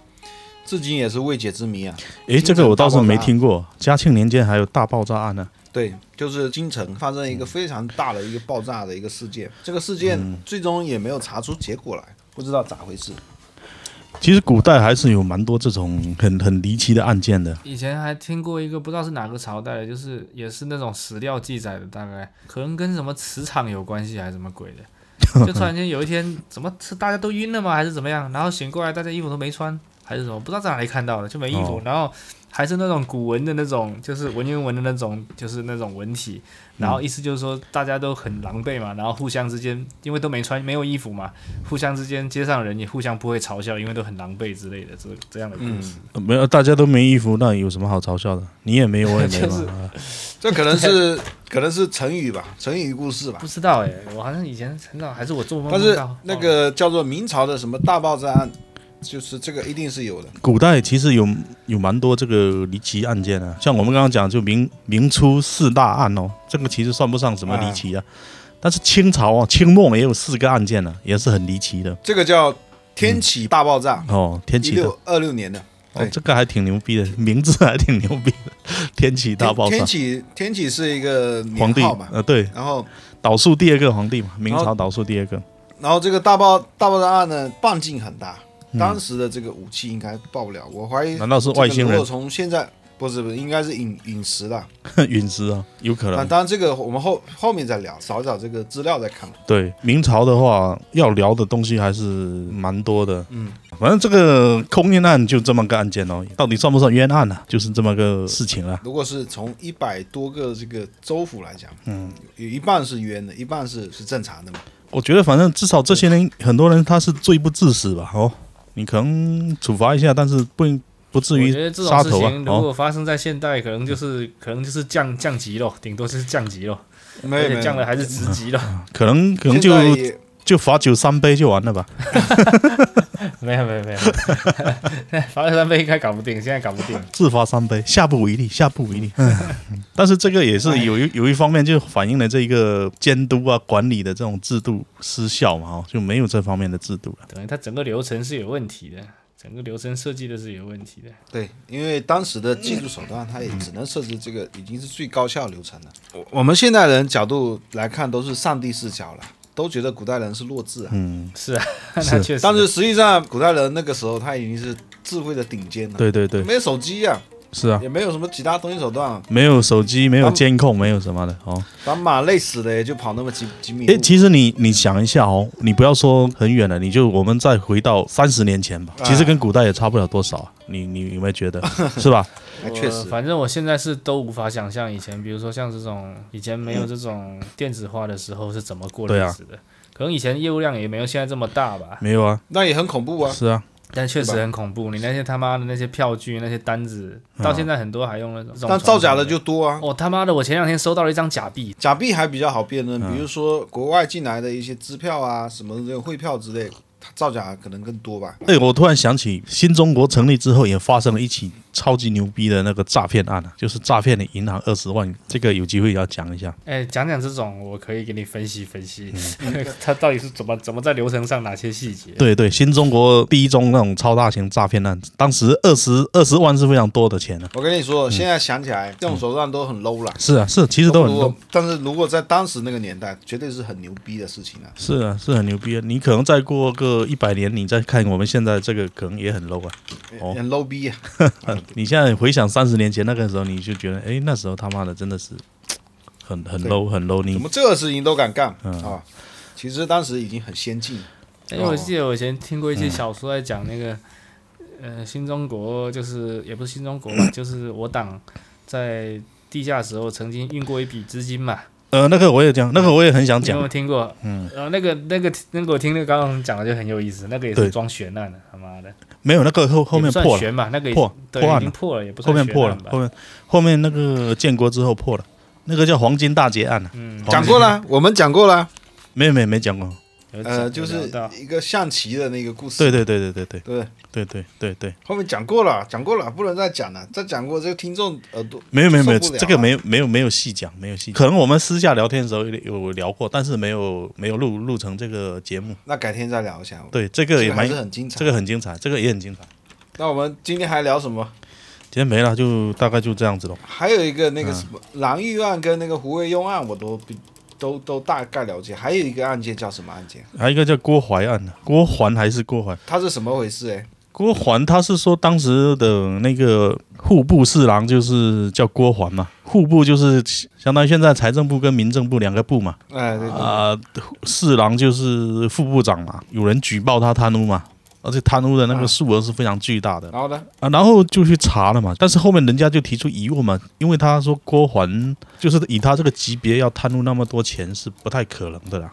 [SPEAKER 3] 至今也是未解之谜啊。
[SPEAKER 2] 诶，这个我倒是没听过。嘉庆年间还有大爆炸案呢、
[SPEAKER 3] 对，就是京城发生一个非常大的一个爆炸的一个事件，这个事件最终也没有查出结果来，不知道咋回事。
[SPEAKER 2] 其实古代还是有蛮多这种很很离奇的案件的。
[SPEAKER 1] 以前还听过一个不知道是哪个朝代的，就是也是那种史料记载的，大概可能跟什么磁场有关系还是什么鬼的。就突然间有一天，怎么是大家都晕了吗？还是怎么样？然后醒过来，大家衣服都没穿，还是什么？不知道在哪里看到的，就没衣服。
[SPEAKER 2] 哦
[SPEAKER 1] 然后还是那种古文的那种，就是文言文的那种，就是那种文体。然后意思就是说，大家都很狼狈嘛，然后互相之间，因为都没穿没有衣服嘛，互相之间街上人也互相不会嘲笑，因为都很狼狈之类的，这这样的故事。
[SPEAKER 2] 呃没有，大家都没衣服，那有什么好嘲笑的？你也没有，我也没有。
[SPEAKER 1] 就是
[SPEAKER 2] 啊
[SPEAKER 3] 这可能是可能是成语吧，成语故事吧
[SPEAKER 1] 不。知道哎、我好像以前很早还是我做梦
[SPEAKER 3] 但
[SPEAKER 1] 梦
[SPEAKER 3] 是
[SPEAKER 1] 到哦
[SPEAKER 3] 那个叫做明朝的什么大爆炸案，就是这个一定是有的。
[SPEAKER 2] 古代其实有有蛮多这个离奇案件啊，像我们刚刚讲就明明初四大案哦，这个其实算不上什么离奇啊。但是清朝哦，清末也有四个案件呢、也是很离奇的
[SPEAKER 3] 这个叫天启大爆炸，
[SPEAKER 2] 哦。天
[SPEAKER 3] 一
[SPEAKER 2] 启的
[SPEAKER 3] 六二六年的
[SPEAKER 2] 哦
[SPEAKER 3] 对，
[SPEAKER 2] 这个还挺牛逼的，名字还挺牛逼的，天启大爆炸
[SPEAKER 3] 天，启天启是一个年
[SPEAKER 2] 皇帝
[SPEAKER 3] 号嘛，哦
[SPEAKER 2] 呃对，
[SPEAKER 3] 然后
[SPEAKER 2] 倒数第二个皇帝嘛，明
[SPEAKER 3] 然
[SPEAKER 2] 朝倒数第二个，
[SPEAKER 3] 然后这个大爆大爆炸案呢，半径很大，当时的这个武器应该爆不了，我怀疑
[SPEAKER 2] 难道嗯是外星
[SPEAKER 3] 这个如
[SPEAKER 2] 人
[SPEAKER 3] 果从现在不是不是，应该是陨陨石的。
[SPEAKER 2] 陨石啊？有可
[SPEAKER 3] 但
[SPEAKER 2] 能。
[SPEAKER 3] 当然这个我们后后面再聊，找一找这个资料再看。
[SPEAKER 2] 对，明朝的话要聊的东西还是蛮多的。
[SPEAKER 3] 嗯，
[SPEAKER 2] 反正这个空运案就这么个案件哦，到底算不算冤案呢、啊就是这么个事情啊了。
[SPEAKER 3] 如果是从一百多个这个州府来讲，
[SPEAKER 2] 嗯，
[SPEAKER 3] 有一半是冤的，一半是是正常的嘛。
[SPEAKER 2] 我觉得反正至少这些人，很多人他是罪不至死吧？哦，你可能处罚一下，但是不不至
[SPEAKER 1] 我
[SPEAKER 2] 于
[SPEAKER 1] 觉得这种
[SPEAKER 2] 杀
[SPEAKER 1] 事
[SPEAKER 2] 头啊
[SPEAKER 1] 情。如
[SPEAKER 2] 哦，
[SPEAKER 1] 果发生在现代，可能就是可能就是降降级咯，顶多就是降级咯，
[SPEAKER 3] 没
[SPEAKER 1] 而
[SPEAKER 3] 有
[SPEAKER 1] 且
[SPEAKER 3] 没
[SPEAKER 1] 降的
[SPEAKER 3] 有，
[SPEAKER 1] 还是职级 咯。
[SPEAKER 2] 可能可能
[SPEAKER 3] 现
[SPEAKER 2] 就
[SPEAKER 3] 在也
[SPEAKER 2] 就罚酒三杯就完了吧？
[SPEAKER 1] 没有没有没有， 罚了三杯应该搞不定，现在搞不定。
[SPEAKER 2] 自罚三杯，下不为例，下不为例。嗯， 但是这个也是有一有一方面就反映了这个监督啊、管理的这种制度失效嘛，哦，就没有这方面的制度了。
[SPEAKER 1] 等于它整个流程是有问题的，整个流程设计的是有问题的。
[SPEAKER 3] 对，因为当时的技术手段，它也只能设置这个已经是最高效流程了。我我们现代人角度来看，都是上帝视角了，都觉得古代人是弱智啊。
[SPEAKER 2] 嗯，
[SPEAKER 1] 是啊， 那确实。
[SPEAKER 3] 但是实际上，古代人那个时候他已经是智慧的顶尖了。，
[SPEAKER 2] 对对对，
[SPEAKER 3] 没有手机啊，
[SPEAKER 2] 是啊，
[SPEAKER 3] 也没有什么其他通讯手段啊，
[SPEAKER 2] 没有手机，没有
[SPEAKER 3] 当
[SPEAKER 2] 监控，没有什么的哦。
[SPEAKER 3] 把马累死了也就跑那么几几米
[SPEAKER 2] 诶，
[SPEAKER 3] 路。
[SPEAKER 2] 哎其实你你想一下哦，你不要说很远了，你就我们再回到三十年前吧，其实跟古代也差不了多少啊。你你你有没有觉得是吧？
[SPEAKER 3] 哎
[SPEAKER 1] 我
[SPEAKER 3] 确实，
[SPEAKER 1] 呃
[SPEAKER 2] 哦
[SPEAKER 1] 反正我现在是都无法想象以前，比如说像这种以前没有这种电子化的时候是怎么过
[SPEAKER 2] 对
[SPEAKER 1] 日
[SPEAKER 2] 啊
[SPEAKER 1] 子的。可能以前业务量也没有现在这么大吧，
[SPEAKER 2] 没有啊，
[SPEAKER 3] 那也很恐怖啊。
[SPEAKER 2] 是啊，
[SPEAKER 1] 但确实
[SPEAKER 3] 对吧
[SPEAKER 1] 很恐怖。你那些他妈的那些票据、那些单子，到现在很多还用那种。这种
[SPEAKER 3] 嗯但造假的
[SPEAKER 1] 传统
[SPEAKER 3] 就多
[SPEAKER 2] 哦
[SPEAKER 3] 啊。
[SPEAKER 1] 我、他妈的，我前两天收到了一张假币，
[SPEAKER 3] 假币还比较好辨认，
[SPEAKER 2] 嗯
[SPEAKER 3] 比如说国外进来的一些支票啊，什么这种汇票之类，它造假可能更多吧。
[SPEAKER 2] 哎，我突然想起，新中国成立之后也发生了一起超级牛逼的那个诈骗案啊，就是诈骗的银行二十万，这个有机会要讲一下。
[SPEAKER 1] 哎，讲讲这种，我可以给你分析分析，
[SPEAKER 3] 嗯
[SPEAKER 1] 它到底是怎么怎么在流程上哪些细节。
[SPEAKER 2] 对对，新中国第一宗那种超大型诈骗案，当时二十二十万是非常多的钱啊。
[SPEAKER 3] 我跟你说，现在想起来，这种手段都很 low 了。
[SPEAKER 2] 是啊，是，其实都很
[SPEAKER 3] 如
[SPEAKER 2] 多
[SPEAKER 3] 果，但是如果在当时那个年代，绝对是很牛逼的事情啊。
[SPEAKER 2] 是啊，是很牛逼啊！你可能再过个一百年，你再看我们现在这个，可能也很 low 啊。哦
[SPEAKER 3] 很 low 逼啊！
[SPEAKER 2] 你现在回想三十年前那个时候，你就觉得，哎，那时候他妈的真的是很很
[SPEAKER 3] 对
[SPEAKER 2] low，很 low
[SPEAKER 3] 怎
[SPEAKER 2] 你。
[SPEAKER 3] 么这个事情都敢干
[SPEAKER 2] 嗯
[SPEAKER 3] 啊？其实当时已经很先进了，
[SPEAKER 1] 哎因为我记得我以前听过一些
[SPEAKER 3] 嗯
[SPEAKER 1] 小说在讲那个，呃，新中国就是也不是新中 国吧，就是我党在地下时候曾经运过一笔资金嘛，
[SPEAKER 2] 呃，那个我也讲，那个我也很想
[SPEAKER 1] 你有没
[SPEAKER 2] 讲
[SPEAKER 1] 有。听过？嗯，然后那个那个那个我听那个刚刚讲的就很有意思，那个也
[SPEAKER 2] 对
[SPEAKER 1] 是装悬案的，他妈的，
[SPEAKER 2] 没有，那个后后
[SPEAKER 1] 也
[SPEAKER 2] 面
[SPEAKER 1] 不算
[SPEAKER 2] 破了，
[SPEAKER 1] 悬吧，那个也
[SPEAKER 2] 破
[SPEAKER 1] 对
[SPEAKER 2] 破案
[SPEAKER 1] 已经破了，也不
[SPEAKER 2] 后
[SPEAKER 1] 算
[SPEAKER 2] 面破
[SPEAKER 1] 悬
[SPEAKER 2] 了
[SPEAKER 1] 案，吧
[SPEAKER 2] 后面后面那个建国之后破了，那个叫黄金大劫案啊。嗯
[SPEAKER 3] 讲 过，了，我们讲过了，
[SPEAKER 2] 没有没有没讲过。
[SPEAKER 1] 有讲
[SPEAKER 3] 呃，
[SPEAKER 1] 有
[SPEAKER 3] 就是
[SPEAKER 1] 聊到
[SPEAKER 3] 一个象棋的那个故事，
[SPEAKER 2] 对对对对对
[SPEAKER 3] 对不对，
[SPEAKER 2] 对对对对对，
[SPEAKER 3] 后面讲过了，讲过了，不能再讲了，再讲过这个听众耳朵
[SPEAKER 2] 没有没有没有，
[SPEAKER 3] 受不了
[SPEAKER 2] 这个
[SPEAKER 3] 啊
[SPEAKER 2] 没有没有没有细讲，没有细讲。可能我们私下聊天的时候有有聊过，但是没有没有录录成这个节目。
[SPEAKER 3] 那改天再聊一下。
[SPEAKER 2] 对，这
[SPEAKER 3] 这
[SPEAKER 2] 个也
[SPEAKER 3] 还
[SPEAKER 2] 蛮
[SPEAKER 3] 是很精彩。
[SPEAKER 2] 这个很精彩，这个也很精彩。
[SPEAKER 3] 那我们今天还聊什么？
[SPEAKER 2] 今天没了，就大概就这样子了。
[SPEAKER 3] 还有一个
[SPEAKER 2] 嗯
[SPEAKER 3] 那个什么郎玉案跟那个胡惟庸案，我都比都都大概了解。还有一个案件叫什么案件？
[SPEAKER 2] 还有一个叫郭怀案的，郭环还是郭怀？
[SPEAKER 3] 它是什么回事？哎，
[SPEAKER 2] 郭环他是说当时的那个户部侍郎就是叫郭环嘛，户部就是相当于现在财政部跟民政部两个部嘛，
[SPEAKER 3] 哎，对对
[SPEAKER 2] 啊、侍郎就是副部长嘛，有人举报他贪污嘛。而且贪污的那个数额是非常巨大的
[SPEAKER 3] 然后呢？
[SPEAKER 2] 啊，然后就去查了嘛，但是后面人家就提出疑问嘛，因为他说郭环就是以他这个级别要贪污那么多钱是不太可能的啦，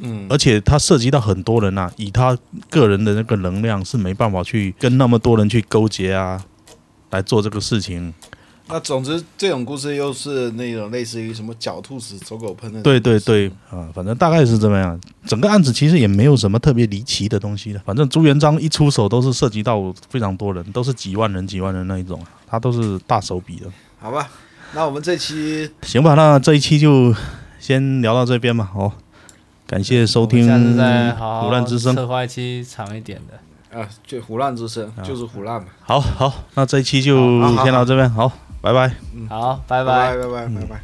[SPEAKER 3] 嗯，
[SPEAKER 2] 而且他涉及到很多人呐、啊以他个人的那个能量是没办法去跟那么多人去勾结啊，来做这个事情。
[SPEAKER 3] 那总之这种故事又是那种类似于什么狡兔死走狗烹的。
[SPEAKER 2] 对对对，啊、反正大概是这么样。整个案子其实也没有什么特别离奇的东西的，反正朱元璋一出手都是涉及到非常多人，都是几万人、几万人那一种啊，他都是大手笔的。
[SPEAKER 3] 好吧，那我们这期
[SPEAKER 2] 行吧，那这一期就先聊到这边吧。哦，感谢收
[SPEAKER 1] 嗯
[SPEAKER 2] 听
[SPEAKER 1] 我们下次再好
[SPEAKER 2] 《
[SPEAKER 1] 好
[SPEAKER 2] 胡乱嗯之声》。
[SPEAKER 1] 策划一期长一点的。
[SPEAKER 3] 啊，就胡乱之声，
[SPEAKER 2] 啊
[SPEAKER 3] 就是胡乱嘛。
[SPEAKER 2] 好好，那这一期就
[SPEAKER 3] 好好好
[SPEAKER 2] 先到这边。好，拜拜。
[SPEAKER 1] 嗯好，拜
[SPEAKER 3] 拜拜拜拜拜拜。